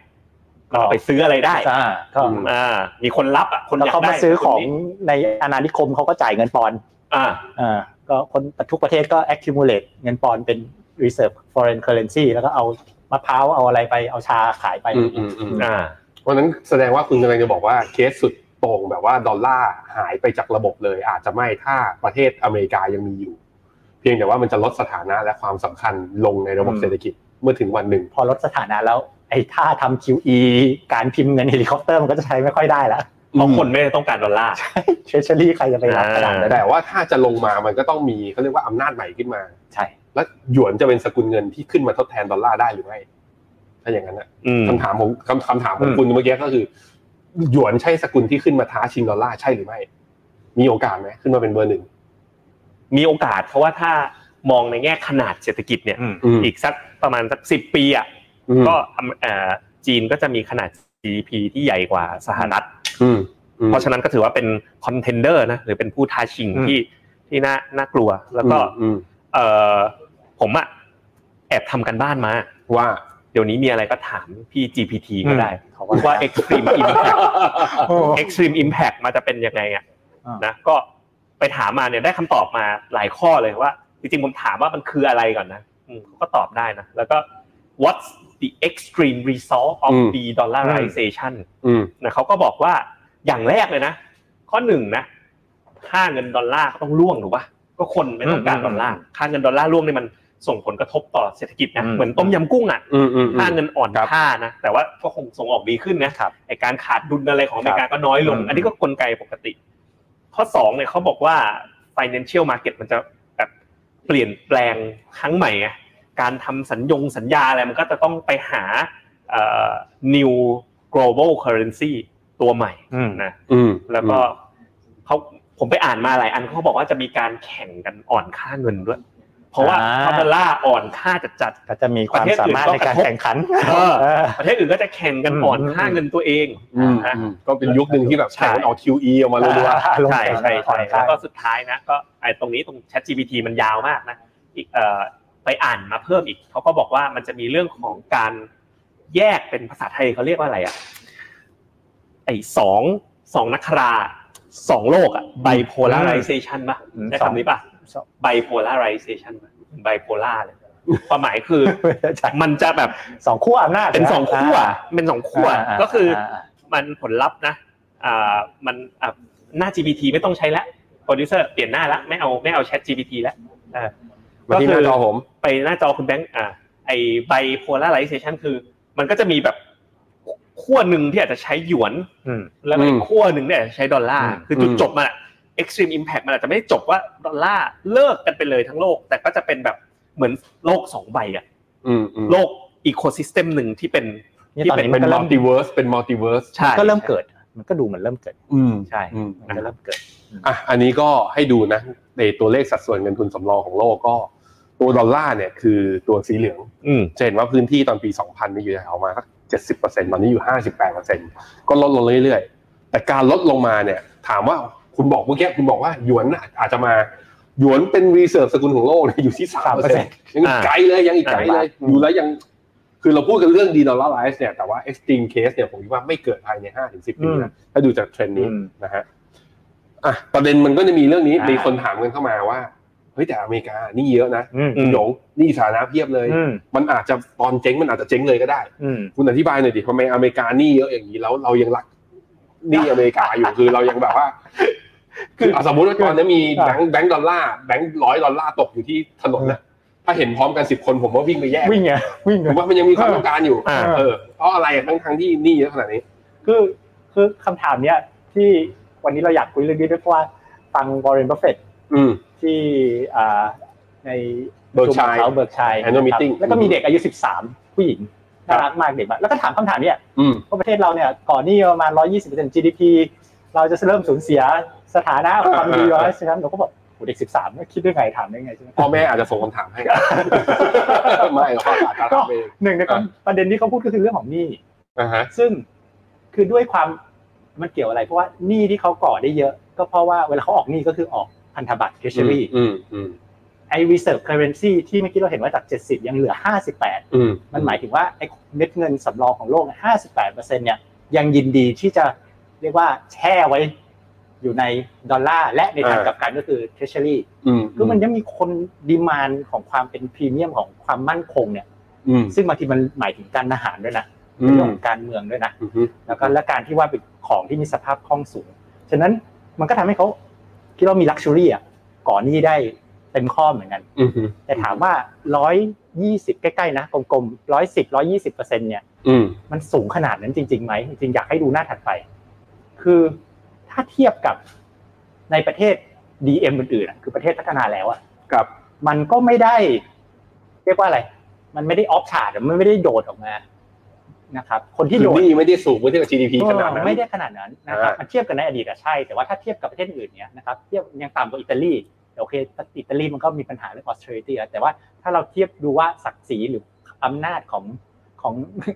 ก็เอาไปซื้ออะไรได้ อ่าก็ อืม อ่ามีคนรับอ่ะคน แล้ว อยาก เขา ได้ มาซื้อของ คนนี้ ในอาณานิคมเขาก็จ่ายเงินปอนด์ อ่า อ่าก็คนทุกประเทศก็ accumulate เงินปอนด์เป็น reserve foreign currency แล้วก็เอามะพร้าวเอาอะไรไปเอาชาขายไป อืมอืมอืม อ่า เพราะฉะนั้นแสดงว่าคุณกำลังจะบอกว่าเคสสุดโต่งแบบว่าดอลลาร์หายไปจากระบบเลย อาจจะไม่ถ้าประเทศอเมริกายังมีอยู่ เพียงแต่ว่ามันจะลดสถานะและความสำคัญลงในระบบเศรษฐกิจเมื่อถึงวันหนึ่ง พอลดสถานะแล้วไอ้ท่าทำ QE การพิมพ์เงินเฮลิคอปเตอร์มันก็จะใช้ไม่ค่อยได้ละ เพราะคนไม่ได้ต้องการดอลลาร์ treasury ใครจะไปรับกระดาษนั้น แต่ว่าถ้าจะลงมามันก็ต้องมีเขาเรียกว่าอำนาจใหม่ขึ้นมา ใช่ แล้วหยวนจะเป็นสกุลเงินที่ขึ้นมาทดแทนดอลลาร์ได้หรือไม่ถ้าอย่างนั้นนะ อืม คำถามของคำคำถามของคุณเมื่อกี้ก็คือ หยวนใช่สกุลที่ขึ้นมาท้าชิงดอลลาร์ใช่หรือไม่ มีโอกาสไหมขึ้นมาเป็นเบอร์หนึ่ง มีโอกาสเพราะว่าถ้ามองในแง่ขนาดเศรษฐกิจเนี่ย ม อีกสักประมาณสักสิบปีอ่ะ อืม ก็เอ่อจีนก็จะมีขนาด GDP ที่ใหญ่กว่าสหรัฐ อืมอืม เพราะฉะนั้นก็ถือว่าเป็นคอนเทนเดอร์นะหรือเป็นผู้ท้าชิง อืม ที่ที่น่าน่ากลัว แล้วก็ อืม เออผมอะแอบทำกันบ้านมา ว่า เดี๋ยวนี้มีอะไรก็ถามพี่ GPT ก็ได้ เขาว่า ว่า extreme impact extreme impact มาจะเป็นยังไงอะ อ่าน นะก็ไปถามมาเนี่ยได้คำตอบมาหลายข้อเลยว่า จริงๆผมถามว่ามันคืออะไรก่อนนะอืมเขาก็ตอบได้นะ แล้วก็ what's the extreme result of อืม the dollarization อืม นะเขาก็บอกว่าอย่างแรกเลยนะ ข้อหนึ่งนะค่าเงินดอลลาร์ก็ต้องร่วงถูกปะก็คนไม่ต้องการดอลลาร์ค่าเงินดอลลาร์ร่วงเนี่ยมันส่งผลกระทบต่อเศรษฐกิจนะ อืม เหมือนต้มยำกุ้งอ่ะ อืมอืมอื ค่าม เงินอ่อน ครับ ค่านะแต่ว่าก็คงส่งออกดีขึ้นนะครับ ไอการขาดดุลอะไรของอเมริกาก็น้อยลง อืม อันนี้ก็กลไกปกติ ข้อสองเนี่ยเขาบอกว่า financial market มันจะแบบเปลี่ยนแปลงครั้งใหม่ไงการทำสัญญงสัญญาอะไรมันก็จะต้องไปหาเอ่อ new global currency ตัวใหม่ อืม นะ อืม แล้วก็เขาผมไปอ่านมาหลายอันเขาบอกว่าจะมีการแข่งกันอ่อนค่าเงินด้วย เพราะว่า อ่า พอดอลลาร์อ่อนค่าจัดจัด ก็จะมีความสามารถในการแข่งขัน เออ ๆประเทศอื่นก็จะแข่งกันอ่อนค่าเงินตัวเอง อืม นะ อืมก็เป็นยุคหนึ่งที่แบบ ใช่ แข่งกันเอา QE ออกมารัว ใช่ใช่ใช่แล้วก็สุดท้ายนะก็ไอ้ตรงนี้ตรง Chat GPT มันยาวมากนะอีกเอ่อไปอ่านมาเพิ่มอีกเขาก็บอกว่ามันจะมีเรื่องของการแยกเป็นภาษาไทยเขาเรียกว่าอะไรอ่ะไอ้สองสองนักคราสองโลกอ่ะ bipolarization ป่ะ อืม ใช้ สอง คำนี้ป่ะ bipolarization ป่ะ bipolar เลยความหมายคือ มันจะแบบ สองขั้วอำนาจ เป็นสองขั้วเป็นสองขั้วก็คือ า มันผลลัพธ์นะ อ่า มันอ่ะหน้า GPT ไม่ต้องใช้ละโปรดิวเซอร์เปลี่ยนหน้าละ ไม่เอาไม่เอา Chat GPT ละอ่า ๆมาที่หน้าจอผม ไปหน้าจอคุณแบงค์ อ่า ไอไบโพลาไรเซชันคือ มันก็จะมีแบบขั้วหนึ่งที่อาจจะใช้หยวน อืม แล้วก็อี อื ก ม ขั้วหนึ่งเนี่ยใช้ดอลลาร์ อืม คือจุด อืม จบมันอะ extreme impact มันอาจจะไม่ได้จบว่าดอลลาร์เลิกกันไปเลยทั้งโลก แต่ก็จะเป็นแบบเหมือนโลกสองใบอะ อืมอืม โลกอีโคซิสเต็มหนึ่งที่เป็น นี่ ที่ ตอน เป็น นี้ เป็ มัน นมัก็เริ่ ล ม ติเวิร์สเป็นมัลติเวิร์ส ใช่ ก็เริ่มเกิด มันก็ดูเหมือนเริ่มเกิด อืม ใช่ อืม มันก็เริ่มเกิด อ่ะอันนี้ก็ให้ดูนะในตัวเลขสัดส่วนเงินทุนสำรองของโลกก็ ตัวดอลลาร์เนี่ยคือตัวสีเหลือง อืม จะเห็นว่าพื้นที่ตอนปี 2000นี่อยู่แถวๆมาสัก70%ตอนนี้อยู่ 58%ก็ลดลงเรื่อยๆ แต่การลดลงมาเนี่ยถามว่าคุณบอกเมื่อกี้คุณบอกว่าหยวนน่ะอาจจะมาหยวนเป็นรีเซิร์ฟสกุลของโลกเนี่ย อยู่ที่3%ยังอีกไกลเลยยังอีกไกลเลยอยู่แล้วยังคือเราพูดกันเรื่องดีดอลลาร์ไลซ์เนี่ยแต่ว่าเอ็กซ์ตรีมเคสเนี่ยผมคิดว่าไม่เกิดภายใน5-10ปีนะถ้าดูจากเทรนด์นี้ นะฮะ อ่ะ ประเด็นมันก็จะมีเรื่องนี้ อ่ามี มีคนถามกันเข้ามาว่า เฮ้ยแต่อเมริกาหนี่เยอะนะ อืม อืม หยงหนี่สาธารณะเพียบเลย อืม มันอาจจะตอนเจ๊งมันอาจจะเจ๊งเลยก็ได้ อืม คุณอธิบายหน่อยดิทำไมอเมริกาหนี่เยอะอย่างนี้แล้วเรายังรักหนี่อเมริกาอยู่ คือเรายังแบบว่า คืออ่ะสมมติว่าตอนนี้มี อ่ะ แบงค์แบงค์ดอลลาร์แบงค์ร้อยดอลลาร์ตกอยู่ที่ถนนนะถ้าเห็นพร้อมกันสิบคนผมว่าวิ่งไปแย่ง วิ่งไงวิ่ง ผ ไง มว่ามันยังมีความต้องการอยู่ อ่า เออเพราะอะไรทั้งทั้งๆที่หนี่เยอะขนาดนี้ คือคือคำถามเนี้ยที่วันนี้เราอยากคุยเรื่องนี้ด้วยเพราะว่าฟังวอร์เรนบัฟเฟต อืม ที่อ่าใน Berkshire เขาเบิร์กชัย Annual Meeting แล้วก็มีเด็กอายุ 13 ผู้หญิง ครับ น่ารักมากเด็กมากแล้วก็ถามคำถามเนี้ย อืม ว่าประเทศเราเนี่ยก่อนหนี้ประมาณ 120% GDP เราจะเริ่มสูญเสียสถานะความดี แล้วใช่ไหมเราก็บอกโหเด็ก 13เนี่ยคิดได้ไงถามได้ไงใช่ไหม พ่อแม่อาจจะส่งคำถามให้ ไม่หรอกพ่ออาจจะถามเอง หนึ่งในความประเด็นที่เขาพูดก็คือเรื่องของหนี้ อ่าฮะ ซึ่งคือด้วยความมันเกี่ยวอะไร เพราะว่าหนี้ที่เขาก่อได้เยอะ ก็เพราะว่าเวลาเขาออกหนี้ก็คือออกพันธบัตร treasury อืมอืม ไอ้ reserve currency ที่เมื่อกี้เราเห็นว่าจาก 70 ยังเหลือ อืม 58 มันหมายถึงว่าไอ้เม็ดเงินสำรองของโลกเนี่ย58เปอร์เซ็นเนี่ยยังยินดีที่จะเรียกว่าแช่ไว้อยู่ในดอลลาร์และในทางกลับกันก็คือ treasury อืม คือมันยังมีคนดีมานของความเป็นพรีเมียมของความมั่นคงเนี่ย อืม ซึ่งบางทีมันหมายถึงการอาหารด้วยนะ อื เป็น ม เรื่องของการเมืองด้วยนะ อืมอืม แล้วก็และการที่ว่าเป็นของที่มีสภาพคล่องสูง ฉะนั้นมันก็ทำให้เขาคิดว่ามีลักชัวรี่อ่ะก่อนหนี้ได้เต็มข้อเหมือนกัน อืมอืม แต่ถามว่าร้อยยี่สิบใกล้ๆนะกลมๆร้อยสิบร้อยี่สิบเปอร์เซ็นเนี่ย อืม มันสูงขนาดนั้นจริงๆไหมจริงๆอยากให้ดูหน้าถัดไป คือถ้าเทียบกับในประเทศ DM อื่นๆอะคือประเทศพัฒนาแล้วอ่ะ กับ มันก็ไม่ได้ เรียกว่าอะไร มันไม่ได้ออฟชาร์ดมันไม่ได้โดดออกมานะครับ คนที่ ห โดด นี่ไม่ได้สูงเมื่อเทียบกับ GDP ขนาดนั้น เออไม่ได้ขนาดนั้นนะครับ อ่ามั มันเทียบกันในอดีตอะใช่ แต่ว่าถ้าเทียบกับประเทศอื่นเนี้ยนะครับเทียบยังต่ำกว่าอิตาลีแต่โอเคอิตาลีมันก็มีปัญหาเรื่อง austerity อะแต่ว่าถ้าเราเทียบดูว่าศักดิ์ศรีหรืออำนาจของของ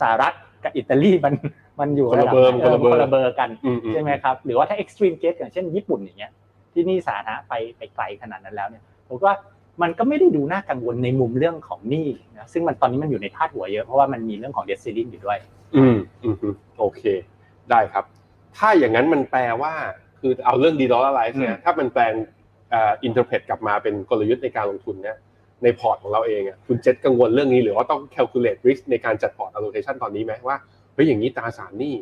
สหรัฐกับอิตาลีมันมันอยู่ คนละ ดั เบอร์ ไหน คนละเบอร์ คนละเบอร์กัน อืมอืม ใช่ไหมครับหรือว่าถ้า extreme case อย่างเช่นญี่ปุ่นอย่างเงี้ยที่นี่สาธารณะไปไปไกลขนาดนั้นแล้วเนี่ยผมว่ามันก็ไม่ได้ดูน่ากังวลในมุมเรื่องของหนี้นะซึ่งมันตอนนี้มันอยู่ในพาดหัวเยอะเพราะว่ามันมีเรื่องของ debt ceiling อยู่ด้วย อืมอืมอืมโอเค ได้ครับ ถ้าอย่างนั้นมันแปลว่า คือเอาเรื่องดีดอลลาร์ไลฟ์เนี่ยถ้ามันแปลงเอ่ออินเทอร์เพตกลับมาเป็นกลยุทธ์ในการลงทุนเนี่ยในพอร์ตของเราเองอ่ะคุณเจษกังวลเรื่องนี้หรือว่าต้อง calculate risk ในการจัดพอร์ต allocation ตอนนี้ไหมว่าเฮ้ยอย่างนี้ตราสารหนี้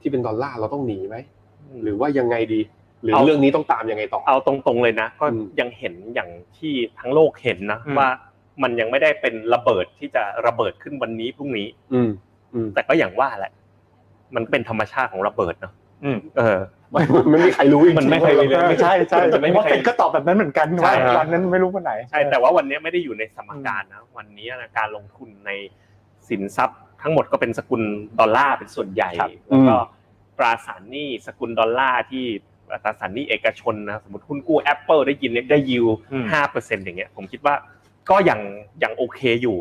ที่เป็นดอลลาร์เราต้องหนีไหม หรือว่ายังไงดี หรือ เอา เรื่องนี้ต้องตามยังไงต่อ เอาตรงๆเลยนะ ก็ อืม ยังเห็นอย่างที่ทั้งโลกเห็นนะ อืม ว่ามันยังไม่ได้เป็นระเบิดที่จะระเบิดขึ้นวันนี้พรุ่งนี้ อืม อืม แต่ก็อย่างว่าแหละ มันเป็นธรรมชาติของระเบิดเนาะ อืม เออ ไม่ไม่มีใครรู้จริงๆ มันไม่เคยมีเลย ใช่ใช่ ไม่มี เพราะ ใคร เป็ดก็ตอบแบบนั้นเหมือนกัน ใช่ ว่า ฮะ วันนั้นไม่รู้วันไหน ใช่แต่ว่าวันนี้ไม่ได้อยู่ในสมการนะวันนี้นะการลงทุนในสินทรัพย์ทั้งหมดก็เป็นสกุลดอลลาร์เป็นส่วนใหญ่ ครับ แล้วก็ตราสารหนี้สกุลดอลลาร์ที่ตราสารหนี้เอกชนนะสมมติหุ้นกู้ Apple ได้ยินเนี่ยได้ยิว อืม ห้าเปอร์เซ็นต์อย่างเงี้ยผมคิดว่าก็ยังยังโอเคอยู่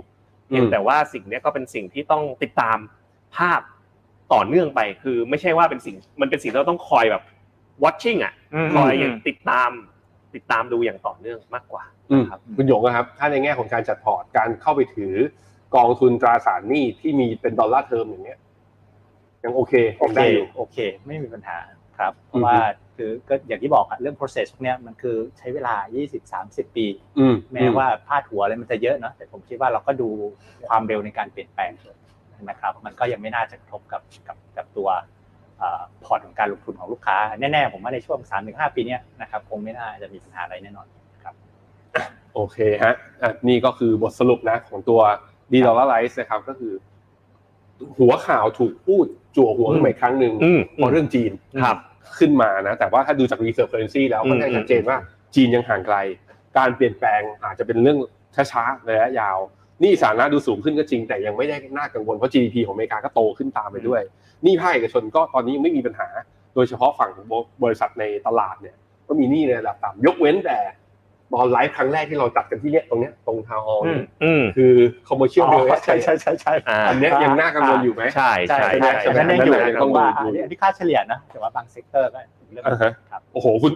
เพียงแต่ว่าสิ่งเนี้ยก็เป็นสิ่งที่ต้องติดตามภาพต่อเนื่องไปคือไม่ใช่ว่าเป็นสิ่งมันเป็นสิ่งที่เราต้องคอยแบบ watching อ่ะคอยอย่างติดตามติดตามดูอย่างต่อเนื่องมากกว่า อืม ครับ คุณหยงนะครับ ถ้าในแง่ของการจัดพอร์ตการเข้าไปถือกองทุนตราสารหนี้ที่มีเป็นดอลลาร์เทอมอย่างเงี้ยยังโอเค โอ ยัง เค ได้อยู่ โอเค ไม่มีปัญหาครับเพ อืม ราะว่าคือก็อย่างที่บอกอะเรื่อง process พวกเนี้ยมันคือใช้เวลา 20-30 ปี อืม แม้ว่าพาดหัวอะไรมันจะเยอะเนาะแต่ผมคิดว่าเราก็ดูความเร็วในการเปลี่ยนแปลงนะครับ มันก็ยังไม่น่าจะกระทบกับกับกับตัวเอ่อพอร์ตของการลงทุนของลูกค้า แน่ๆ ผมว่าในช่วง 3-5 ปีเนี้ยนะครับคงไม่น่าจะมีปัญหาอะไรแน่นอน โอเคฮะอ่ะนี่ก็คือบทสรุปนะของตัวดีดอลลาร์ไลซ์นะครับก็คือ หัวข่าวถูกพูดจั่วหัวขึ้นมาอีกครั้งหนึ่ง อืม เพราะเรื่องจีน ครับ ขึ้นมานะ แต่ว่าถ้าดูจาก reserve currency แล้ว อืม ก็ชัดเจนว่าจีนยังห่างไกล การเปลี่ยนแปลงอาจจะเป็นเรื่องช้าๆระยะยาวหนี่สาธารณะดูสูงขึ้นก็จริง แต่ยังไม่ได้น่ากังวลเพราะ GDP ของอเมริกาก็โตขึ้นตามไปด้วยหนี่ภาคเอกชนก็ตอนนี้ยังไม่มีปัญหา โดยเฉพาะฝั่งของบริษัทในตลาดเนี่ย ก็มีหนี้ในระดับต่ำยกเว้นแต่ตอนไลฟ์ครั้งแรกที่เราจัดกันที่เนี่ยตรงเนี้ยตรงทาวน์ฮอลล์เนี่ย อืม คือ commercial real ใช่ estate ใช่ใช่ใช่ อ่า อันเนี้ยยังน่ากังวลอยู่ไหม ใช่ใช่ ใช่ ใช่ ใช่ ใช่ นั่นยังอยู่ ใช่ ในว่าอันนี้อันนี้ค่าเฉลี่ยนะ แต่ว่าบางเซกเตอร์ก็เรื่อง อ่าฮะ ครับ โอ้โหคุณ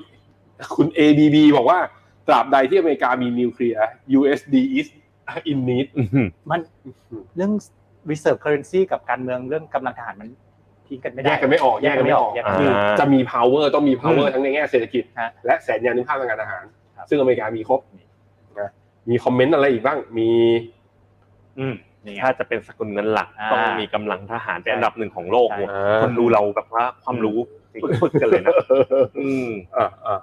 คุณ ADB บอกว่า ตราบใดที่อเมริกามีนิวเคลียร์ USD is in need มันเรื่อง reserve currency กับการเมืองเรื่องกำลังทหารมันทิ้งกันไม่ได้ แยกกันไม่ออกแยกกันไม่ออก แยกกัน คือไม่ออก อ่า จะมี power ต้องมี power ทั้งในแง่เศรษฐกิจ ฮะ และแสนยานุภาพทางการทหาร ครับ ซึ่งอเมริกามีครบนะมีคอมเมนต์อะไรอีกบ้าง มี อืมนี่ไง ถ้าจะเป็นสกุลเงินหลัก อ่า ต้องมีกำลังทหารเป็นอันดับหนึ่งของโลกหมด อ่ ค าน ดูเราแบบว่าความรู้ ฝึกๆกันเลยนะอืม อ่าอ่า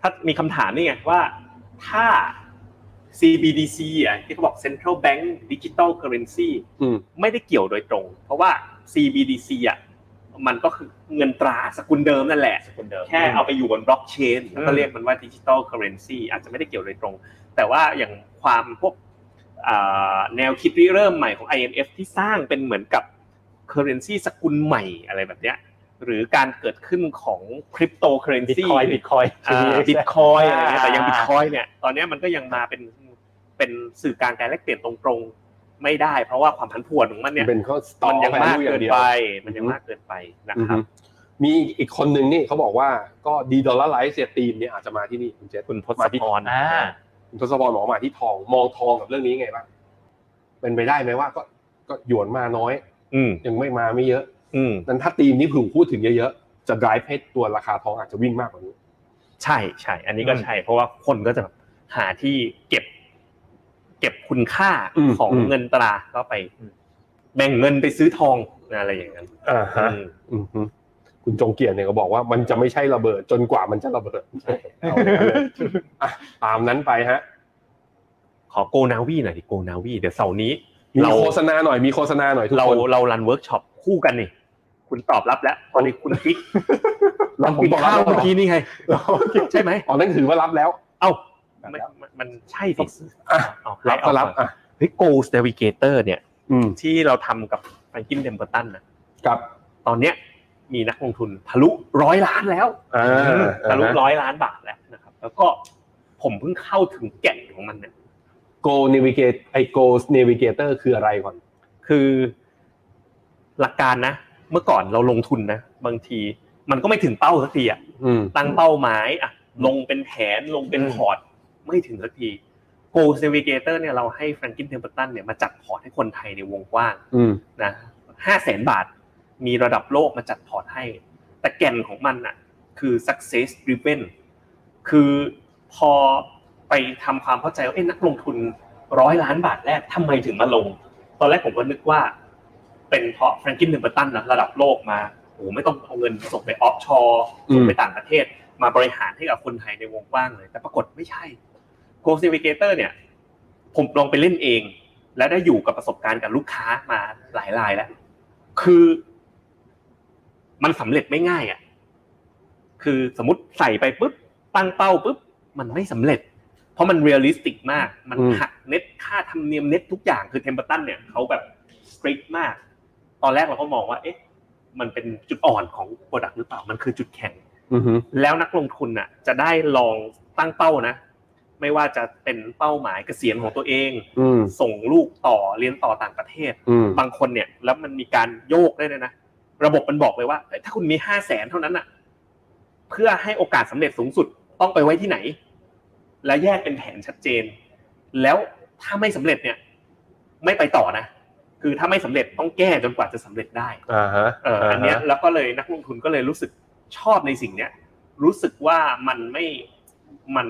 ถ้ามีคำถามนี่ไงว่าถ้า CBDC อ่ะที่เขาบอก Central Bank Digital Currency อืม ไม่ได้เกี่ยวโดยตรง เพราะว่า CBDC อ่ะมันก็คือเงินตราสกุลเดิมนั่นแหละ สกุลเดิม แค่เอาไปอยู่บนบล็อกเชนแล้วก็ อืม เรียกมันว่าดิจิ t a ลเคอเรนซีอาจจะไม่ได้เกี่ยวโดยตรง แต่ว่าอย่างความพวกอ่าแนวคิดริเริ่มใหม่ของ IMF ที่สร้างเป็นเหมือนกับเคอเรนซีสกุลใหม่อะไรแบบเนี้ยหรือการเกิดขึ้นของคริปโตเคอเรน บิต ซี คอยบิตคอย บิตคอยอะไรเงี้ยแต่ยังบิตคอยเนี่ยตอนเนี้ยมันก็ยังมาเป็นเป็นสื่อกลารการแลกเปลี่ยนตรงๆไม่ได้ เพราะว่าความผันผวนของมันเนี่ย เป็นข้อ store มันยังมาก value อ เกิน ดียว ไป มันยังมากเกินไปนะครับ มีอีกอีกคนหนึ่งนี่เขาบอกว่าก็ดีดอลลาร์ไลท์เสียตีมเนี่ยอาจจะมาที่นี่คุณเจษ คุณพศ มาที่ พร อ่า คุณทศพรบอกว่ามาที่ทองมองทองกับเรื่องนี้ไงบ้างเป็นไปได้ไหมว่าก็ก็หยวนมาน้อย อืม ยังไม่มาไม่เยอะ อืม นั้นถ้าตีมนี้ถูกพูดถึงเยอะๆจะ drive ให้ตัวราคาทองอาจจะวิ่งมากกว่านี้ ใช่ใช่อันนี้ก็ใช่เพราะว่าคนก็จะแบบหาที่เก็บ เก็บคุณค่า อืม ของ อืม เงินตราก็ไป แบ่งเงินไปซื้อทองอะไรอย่างนั้น อ่าฮะ อืม อืมฮึคุณจงเกียรติเนี่ยก็บอกว่ามันจะไม่ใช่ระเบิดจนกว่ามันจะระเบิดเอาอย่างนั้นเลย อ่ะตามนั้นไปฮะ ขอโกนาวีหน่อยดิโกนาวีเดี๋ยวเสาร์นี้ มี เรา โฆษณาหน่อยมีโฆษณาหน่อยทุก เรา คน เรารันเวิร์กช็อปคู่กันนี่ คุณตอบรับแล้วตอนนี้คุณกิ๊ก เราผม กิน บอกรับ ข้าว แล้วเหรอ เมื่อกี้นี่ไง ใช่ไหม อ๋อนั่นถือว่ารับแล้ว เอ้ามันมันมันใช่สิ อ่ะ เอา รับก็รับ ให้เอาก่อน อ่ะ เฮ้ย Goals Navigator เนี่ย อืม ที่เราทำกับแฟรงกินเดมเบอร์ตันนะ กับ ตอนเนี้ยมีนักลงทุนทะลุร้อยล้านแล้ว อ่า ทะลุ อ่าฮะ ร้อยล้านบาทแล้วนะครับ แล้วก็ผมเพิ่งเข้าถึงแก่นของมันเนี่ย Go Navigate ไอ Go Navigator คืออะไรก่อน คือหลักการนะ เมื่อก่อนเราลงทุนนะ บางทีมันก็ไม่ถึงเป้าสักทีอะ อืม ตั้งเป้าหมายอะลงเป็นแผนลงเป็นพอร์ต ไม่ถึงสักที Go Navigator เนี่ยเราให้แฟรงกินเทมเ l อร์ตันเนี่ยมาจัดพอร์ตให้คนไทยในวงกว้าง อืม นะห้าแสนบาท มีระดับโลกมาจัดพอร์ตให้ แต่แก่นของมันอะคือ success driven คือพอไปทำความเข้าใจว่าเอ๊ะนักลงทุนร้อยล้านบาทแรกทำไมถึงมาลง ตอนแรกผมก็นึกว่า เป็นเพราะแฟรงกินเดมเบอร์ตันนะระดับโลกมาโอ้โหไม่ต้องเอาเงินส่งไปออฟชอร์ อืม ส่งไปต่างประเทศ มาบริหารให้กับคนไทยในวงกว้างเลย แต่ปรากฏไม่ใช่ g o s t Navigator เนี่ย ผมลองไปเล่นเอง และได้อยู่กับประสบการณ์กับลูกค้ามาหลายรายแล้ว คือ มันสำเร็จไม่ง่ายอ่ะ คือสมมติใส่ไปปุ๊บตั้งเป้าปุ๊บ มันไม่สำเร็จ เพราะมันเรียลลิสติกมาก มัน อืม หักเน็ตค่าธรรมเนียมเน็ตทุกอย่างคือเทมเปอร์ตันเนี่ยเขาแบบสตรีทมาก ตอนแรกเราก็มองว่า เอ๊ะ มันเป็นจุดอ่อนของโปรดักต์หรือเปล่า มันคือจุดแข็ง อืมฮึ แล้วนักลงทุนน่ะ จะได้ลองตั้งเป้านะ ไม่ว่าจะเป็นเป้าหมายเกษียณของตัวเอง อืม ส่งลูกต่อเรียนต่อต่างประเทศ อืม บางคนเนี่ย แล้วมันมีการโยกได้เลยนะ ระบบมันบอกเลยว่าเอ้ยถ้าคุณมีห้าแสนเท่านั้นน่ะ เพื่อให้โอกาสสำเร็จสูงสุดต้องไปไว้ที่ไหน และแยกเป็นแผนชัดเจน แล้วถ้าไม่สำเร็จเนี่ย ไม่ไปต่อนะ คือถ้าไม่สำเร็จต้องแก้จนกว่าจะสำเร็จได้ อ่าฮะ เอ่ออันเนี้ยแล้วก็เลยนักลงทุนก็เลยรู้สึกชอบในสิ่งเนี้ยรู้สึกว่ามันไม่มัน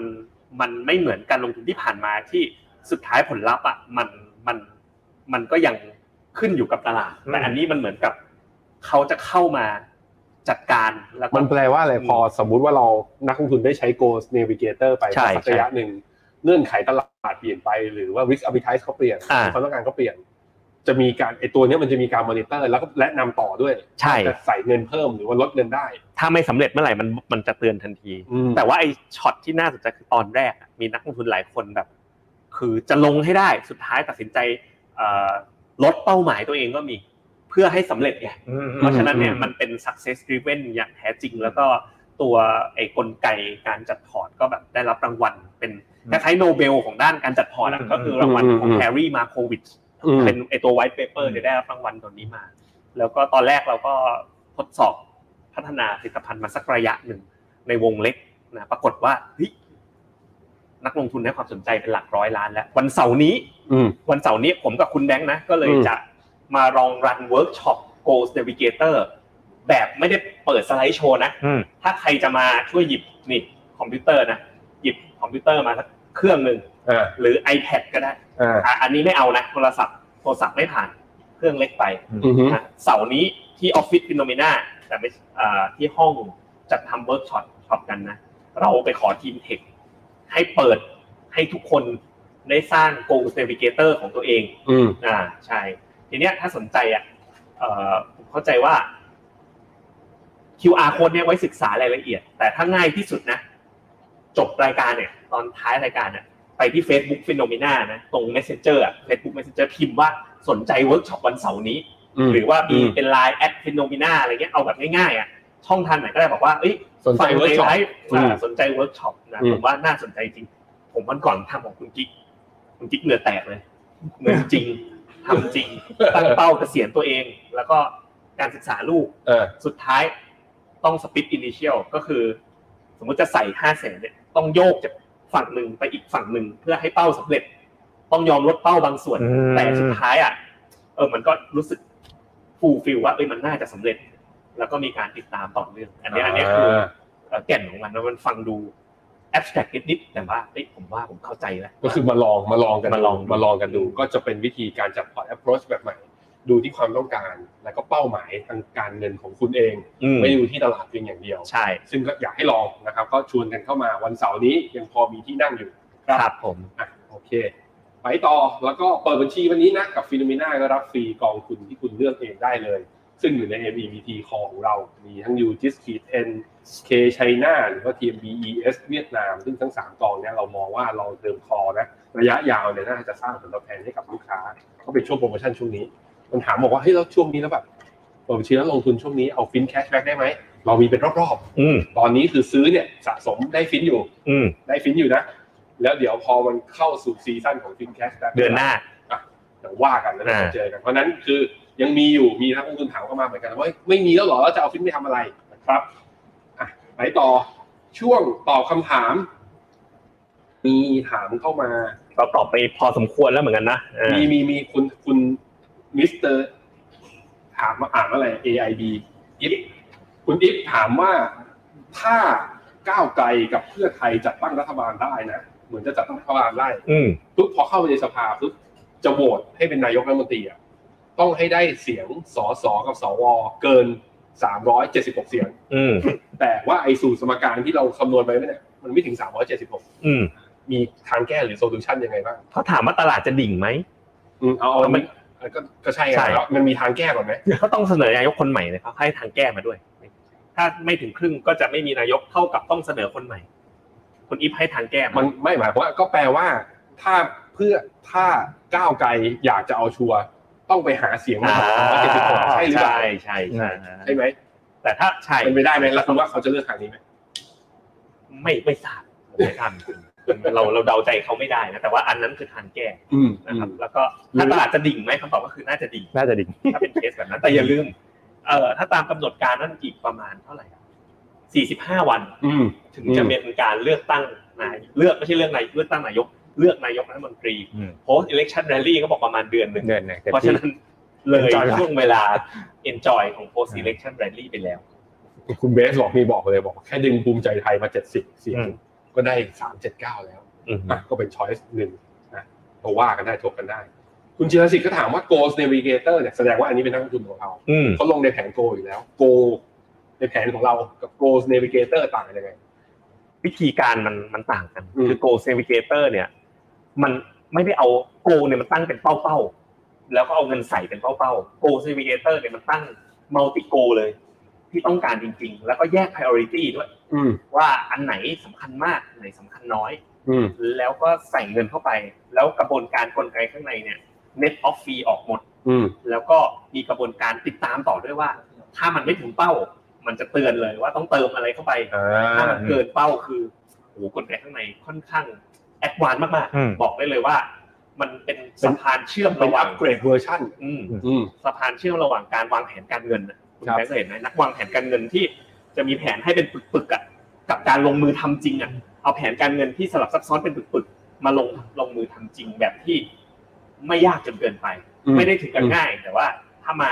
มันไม่เหมือนการลงทุนที่ผ่านมาที่สุดท้ายผลลัพธ์อ่ะมันมันมันก็ยังขึ้นอยู่กับตลาดแต่อันนี้มันเหมือนกับเขาจะเข้ามาจัดการแล้วก็ มันแปลว่าอะไรพอสมมุติว่าเรานักลงทุนได้ใช้ Go Navigator ไป ใช่ สักระยะหนึ่งเงื่อนไขตลาดเปลี่ยนไปหรือว่า risk appetite เขาเปลี่ยน อ่า ความต้องการเขาเปลี่ยน จะมีการไอตัวเนี้ยมันจะมีการมอนิเตอร์ แล้วก็และนำต่อด้วย ใช่ จะใส่เงินเพิ่มหรือว่าลดเงินได้ ถ้าไม่สำเร็จเมื่อไหร่มันมันจะเตือนทันที อืม แต่ว่าไอ้ช็อตที่น่าสนใจคือตอนแรกอะมีนักลงทุนหลายคนแบบ คือจะลงให้ได้สุดท้ายตัดสินใจเอ่อลดเป้าหมายตัวเองก็มี เพื่อให้สำเร็จไงเพราะฉะนั้นเนี่ยมันเป็น success driven อย่างแท้จริง แล้วก็ตัวไอ้กลไกการจัดพอร์ตก็แบบได้รับรางวัล เป็นคล้ายๆโนเบลของด้านการจัดพอร์ตอะก็คือรางวัลของแฮร์รี่มาโควิช อืม เป็นไอตัวไวท์เปเปอร์เนี่ยได้รับรางวัลตัวนี้มา แล้วก็ตอนแรกเราก็ทดสอบพัฒนาผลิตภัณฑ์มาสักระยะหนึ่งในวงเล็กนะปรากฏว่าเฮ้ยนักลงทุนให้ความสนใจเป็นหลักร้อยล้านแล้ว วันเสาร์นี้ อืม วันเสาร์นี้ผมกับคุณแบงค์นะ ก็เลย อืม จะมาลองรันเวิร์กช็อป Go Navigator แบบไม่ได้เปิดสไลด์โชว์นะ อืม ถ้าใครจะมาช่วยหยิบนี่คอมพิวเตอร์นะ หยิบคอมพิวเตอร์มาสักเครื่องหนึ่ง อ่า หรือ iPad ก็ได้ อ่า อ่ะอันนี้ไม่เอานะโทรศัพท์โทรศัพท์ไม่ผ่านเครื่องเล็กไป อือฮึ นะเสาร์นี้ที่ออฟฟิศฟิโนเมนา แต่ไม่อ่าที่ห้องจัดทำเวิร์กช็อตช็อปกันนะ เราไปขอทีมเทคให้เปิดให้ทุกคนได้สร้างโกงเซวิเกเตอร์ของตัวเอง อืม อ่าใช่ ทีเนี้ยถ้าสนใจอ่ะเอ่อผมเข้าใจว่า QR โค้ดเนี่ยไว้ศึกษารายละเอียด แต่ถ้าง่ายที่สุดนะ จบรายการเนี่ย ตอนท้ายรายการเนี่ยไปที่ Facebook Phenomena นะ ตรง Messenger อะ Facebook Messenger พิมพ์ว่าสนใจเวิร์กช็อปวันเสาร์นี้ อืม หรือว่ามี อืม เป็น Line แอด Phenomena อะไรเงี้ยเอาแบบง่ายๆอ่ะช่องทางไหนก็ได้บอกว่าเอ้ย สนใจเวิร์กช็อป ไลฟ์อ่า อืม สนใจเวิร์กช็อปนะ อืม ผมว่าน่าสนใจจริง ผมวันก่อนทำของคุณกิ๊กคุณกิ๊กเหงื่อแตกเลยเหมือนจริงทำจริง ตั้งเป้าเกษียณตัวเอง แล้วก็การศึกษาลูก เออ สุดท้ายต้องสปิตอินิเชียลก็คือ สมมติจะใส่ห้าแสนเนี่ยต้องโยกจากฝั่งหนึ่งไปอีกฝั่งหนึ่งเพื่อให้เป้าสำเร็จ ต้องยอมลดเป้าบางส่วน อืม แต่สุดท้ายอ่ะเออมันก็รู้สึกฟูลฟิลว่าเอ้ยมันน่าจะสำเร็จ แล้วก็มีการติดตามต่อเนื่องอันเนี้ยอันเนี้ยคือ เอ่อแก่นของมันนะมันฟังดูแอบสแตรกนิดๆแต่ว่าเอ้ยผมว่าผมเข้าใจแล้ว ก็คือมาลองมาลองกัน มาลอง มาลองกันดู ก็จะเป็นวิธีการจัดพอร์ต approach แบบใหม่ ดูที่ความต้องการ แล้วก็เป้าหมายทางการเงินของคุณเอง ไม่ดูที่ตลาดเพียงอย่างเดียว ใช่ ซึ่งก็อยากให้ลองนะครับ ก็ชวนกันเข้ามาวันเสาร์นี้ยังพอมีที่นั่งอยู่ ครับผม อ่ะโอเค ไปต่อแล้วก็เปิดบัญชีวันนี้นะกับฟิโนเมนาก็รับฟรีกองทุนที่คุณเลือกเองได้เลย ซึ่งอยู่ใน MEVT ของเรา มีทั้ง u g i s k i t n K China หรือว่า TMBES เวียดนาม ซึ่งทั้ง 3 กองเนี่ยเรามองว่าเราเติมคอนะระยะยาวเนี่ยน่าจะสร้างผลตอบแทนให้กับลูกค้า ก็เป็นช่วงโปรโมชั่นช่วงนี้ มันถามบอกว่าเฮ้ยแล้วช่วงนี้แล้วแบบเปิดบัญชีแล้วลงทุนช่วงนี้เอาฟินแคชแบ็กได้ไหมเรามีเป็นรอบๆ อืม ตอนนี้คือซื้อเนี่ยสะสมได้ฟินอยู่ อืม ได้ฟินอยู่นะ แล้วเดี๋ยวพอมันเข้าสู่ซีซั่นของฟินแคส เดือนหน้า เดี๋ยวว่ากันแล้วเดี๋ยว อ่า เจอกัน เพราะฉะนั้นคือยังมีอยู่มีนักลงทุนถามเข้ามาเหมือนกันว่าไม่มีแล้วเหรอแล้วจะเอาฟินไปทำอะไรนะครับอ่ะไปต่อช่วงตอบคำถาม มีถามเข้ามา เราตอบไปพอสมควรแล้วเหมือนกันนะเออ มีมีมีคุณคุณมิสเตอร์ถามมาอ่านว่าอะไร AIB อิฟคุณอิฟถามว่าถ้าก้าวไกลกับเพื่อไทยจัดตั้งรัฐบาลได้นะ เหมือนจะจัดตั้งรัฐบาลได้ อืม ปุ๊บพอเข้าไปในสภาปุ๊บจะโหวตให้เป็นนายกรัฐมนตรีอ่ะต้องให้ได้เสียงสอสอกับสวเกิน 376 เสียง อืม แต่ว่าไอสูตรสมการที่เราคำนวณไปเนี่ยมันไม่ถึง 376 อืม มีทางแก้หรือโซลูชันยังไงบ้าง เขาถามว่าตลาดจะดิ่งไหม อืมเอาเอา แล้วมัน มันก็ก็ใช่ไง ใช่ แล้วมันมีทางแก้ก่อนไหม เขาต้องเสนอนายกคนใหม่เลยเขาให้ทางแก้มาด้วย ถ้าไม่ถึงครึ่งก็จะไม่มีนายกเท่ากับต้องเสนอคนใหม่คุณอิฟให้ทางแก้ มั มาน ไม่หมายความว่าก็แปลว่าถ้าเพื่อถ้าก้าวไกลอยากจะเอาชัวร์ต้องไปหาเสียงมา อ่า เจ็ดสิบคนใช่หรือเปล่า ใช่ใช่ใช่ ใช่ไหม แต่ถ้าใช่ เป็นไปได้ไหมแล้วคุณว่าเขาจะเลือกทางนี้ไหม ไม่ไม่ทราบผมไม่ทราบจริงๆเราเราเดาใจเขาไม่ได้นะแต่ว่าอันนั้นคือทางแก้ อืม นะ นะ ค ค รั รั บบ แล้วก็ถ้าตลาดจะดิ่งไหมคำตอบก็คือน่าจะดิ่ง น่าจะดิ่ง ถ้าเป็นเคสแบบนั้น แต่อย่าลืมเอ่อถ้าตามกำหนดการนั่นอีกประมาณเท่าไหร่ 45 วัน อืม ถึงจะเป็นการเลือกตั้งนายเลือกไม่ใช่เลือกนายเลือกตั้งนายกเลือกนายกรัฐมนตรี post election rally ก็บอกประมาณเดือนหนึ่ง เดือนหนึ่งต็ม เพราะฉะ ที่ นั้นเลย Enjoy ช่วงเวลา enjoy ของ post election rally ไปแล้ว คุณเบสบอกมีบอกเลยบอกแค่ดึงภูมิใจไทยมาเจ็ดสิบเสียง อืม ก็ได้สามเจ็ดเก้าแล้ว อืม อ่ะก็เป็นช้อยส์หนึ่งนะเราว่ากันได้ถกกันได้ คุณจิรศิษฐ์ก็ถามว่า Goals Navigator เนี่ยแสดงว่าอันนี้เป็นนักลงทุนของเรา อืม เขาลงในแผน Go อยู่แล้ว Go ในแผนของเรากับ Goals Navigator ต่างกันยังไง วิธีการมันมันต่างกัน อืม คือ goal navigator เนี่ย มันไม่ได้เอา goal เนี่ยมันตั้งเป็นเป้าเป้าๆแล้วก็เอาเงินใส่เป็นเป้าเป้าๆ goal navigator เนี่ยมันตั้ง multi goal เลย ที่ต้องการจริง ๆ แล้วก็แยก priority ด้วย อืม ว่าอันไหนสำคัญมากอันไหนสำคัญน้อย อืม แล้วก็ใส่เงินเข้าไป แล้วกระบวนการกลไกข้างในเนี่ย net off fee ออกหมด อืม แล้วก็มีกระบวนการติดตามต่อด้วยว่า ถ้ามันไม่ถึงเป้า มันจะเตือนเลยว่าต้องเติมอะไรเข้าไป อ่า ถ้ามันเกินเป้าคือโหกลไกข้างในค่อนข้างแอดวานซ์มาก อืม ๆ บอกได้เลยว่า มันเป็นสะพานเชื่อม เป็น ระหว่า อั ง ปเกรดเวอร์ชัน อืม อืม สะพานเชื่อมระหว่างการวางแผนการเงินน่ะคุณ ครับ แบงค์ก็เห็นไหมนักวางแผนการเงินที่จะมีแผนให้เป็นปึกๆอ่ะกับการลงมือทำจริงอ่ะเอาแผนการเงินที่สลับซับซ้อนเป็นปึกๆมาลงลงมือทำจริงแบบที่ไม่ยากจนเกินไป ไม่ได้ถึงกันง่าย แต่ว่าถ้ามา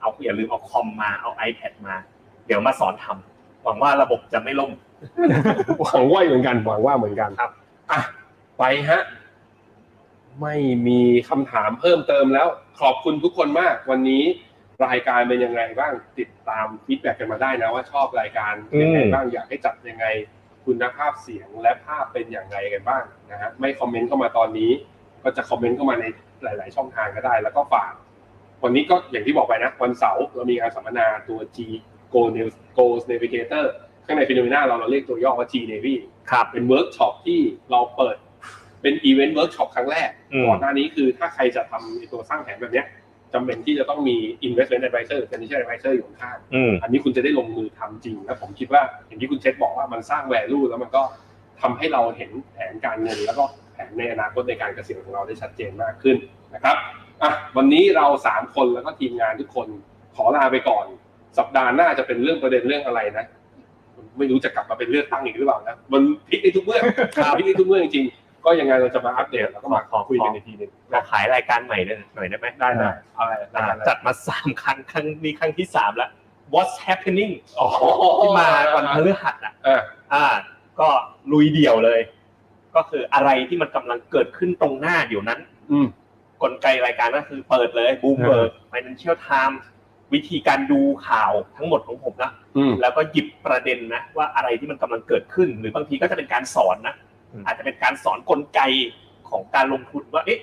เอาอย่าลืมเอาคอมมาเอา iPad มา เดี๋ยวมาสอนทำหวังว่าระบบจะไม่ล่ม หวังว่าเหมือนกันหวังว่าเหมือนกัน ครับ อ่ะไปฮะ ไม่มีคำถามเพิ่มเติมแล้ว ขอบคุณทุกคนมาก วันนี้ รายการเป็นยังไงบ้างติดตามฟีดแบ็กกันมาได้นะว่าชอบรายการยังไงบ้างอยากให้จัดยังไง คุณภาพเสียงและภาพเป็นอย่างไรกันบ้างนะฮะไม่คอมเมนต์เข้ามาตอนนี้ ก็จะคอมเมนต์เข้ามาในหลาย ๆ ช่องทางก็ได้ แล้วก็ฝาก วันนี้ก็อย่างที่บอกไปนะ วันเสาร์เรามีงานสัมมนาตัว G Go News Go Navigator ข้างในฟิโนเมนาเราเราเรียกตัวย่อว่า G Navy ครับ เป็นเวิร์กช็อปที่เราเปิดเป็นอีเวนต์เวิร์กช็อปครั้งแรก อืม ก่อนหน้านี้คือถ้าใครจะทำไอ้ตัวสร้างแผนแบบเนี้ยจำเป็นที่จะต้องมี investment advisor หรือ financial advisor อยู่ข้าง อืม อันนี้คุณจะได้ลงมือทำจริง แล้วผมคิดว่าอย่างที่คุณเช็คบอกว่ามันสร้าง value แล้วมันก็ทำให้เราเห็นแผนการเงิน แล้วก็แผนในอนาคตในการเกษียณของเราได้ชัดเจนมากขึ้นนะครับอ่ะวันนี้เราสามคนแล้วก็ทีมงานทุกคนขอลาไปก่อน สัปดาห์หน้าจะเป็นเรื่องประเด็นเรื่องอะไรนะ ไม่รู้จะกลับมาเป็นเลือกตั้งอีกหรือเปล่านะมันพลิกในทุกเมื่อพลิกในทุกเมื่อจริงๆก็ยังไงเราจะมาอัปเดตแล้วก็มาคุยกันอีกทีหนึง เราขายรายการใหม่ด้วยหน่อยได้ไหม ได้นะอะไร อ่าจัดมาสามครั้งครั้งนี้ครั้งที่สามแล้ว What's happening อ๋อ ที่มาวันพฤหัสอ่ะ เออ อ่า ก็ลุยเดี่ยวเลย ก็คืออะไรที่มันกำลังเกิดขึ้นตรงหน้าเดี๋ยวนั้น อืม กลไกรายการก็คือเปิดเลยบูมเบิร์ก Financial Times วิธีการดูข่าวทั้งหมดของผมนะ อืม แล้วก็หยิบประเด็นนะ ว่าอะไรที่มันกำลังเกิดขึ้น หรือบางทีก็จะเป็นการสอนนะ อืม อาจจะเป็นการสอนกลไกของการลงทุนว่าเอ๊ะ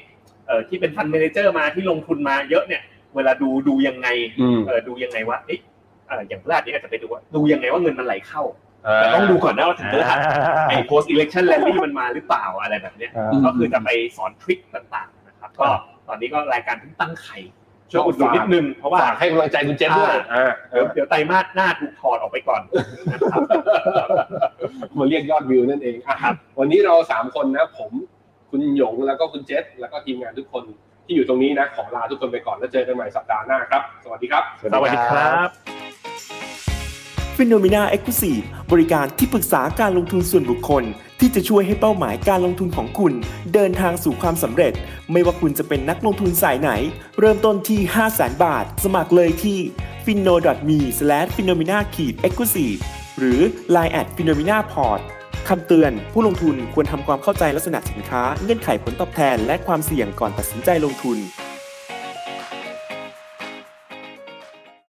เอ่อที่เป็นฟันเมนเจอร์มาที่ลงทุนมาเยอะเนี่ย เวลาดูดูยังไง อืม เออดูยังไงว่าเอ๊ะเอ่ออย่างพลาดนี้อาจจะไปดูว่าดูยังไงว่าเงินมันไหลเข้า แต่ต้องดูก่อนนะว่าถึงพฤหัส ไอ้ post election rally มันมาหรือเปล่าอะไรแบบเนี้ย อ่า ก็คือจะไปสอนทริคต่างๆนะครับก็ตอนนี้ก็รายการเพิ่งตั้งไข่ช่วยอุดหนุนนิดนึงเพราะว่า ฝากให้กำลังใจคุณเจฟด้วย อ่า อ่า เดี๋ยวเดี๋ยวไตรมาสหน้าถูกถอดออกไปก่อนนะครับ มาเรียกยอดวิวนั่นเองอ่ะครับ วันนี้เราสามคนนะ ผมคุณหยงแล้วก็คุณเจษแล้วก็ทีมงานทุกคนที่อยู่ตรงนี้นะ ขอลาทุกคนไปก่อนแล้วเจอกันใหม่สัปดาห์หน้าครับ สวัสดีครับ สวัสดีครับ f i n o m e n a e x c l u s i v e บริการที่ปรึกษาการลงทุนส่วนบุคคล ที่จะช่วยให้เป้าหมายการลงทุนของคุณ เดินทางสู่ความสำเร็จ ไม่ว่าคุณจะเป็นนักลงทุนสายไหน เริ่มต้นที่ 5 0 0 0 0 0 บาท สมัครเลยที่ f i n o m e f i n o m e n a e x c l u s i v e หรือ line at f i n o m e n a p o r t คำเตือน ผู้ลงทุนควรทำความเข้าใจลักษณะสินค้า เงื่อนไขผลตอบแทน และความเสี่ยงก่อนตัดสินใจลงทุน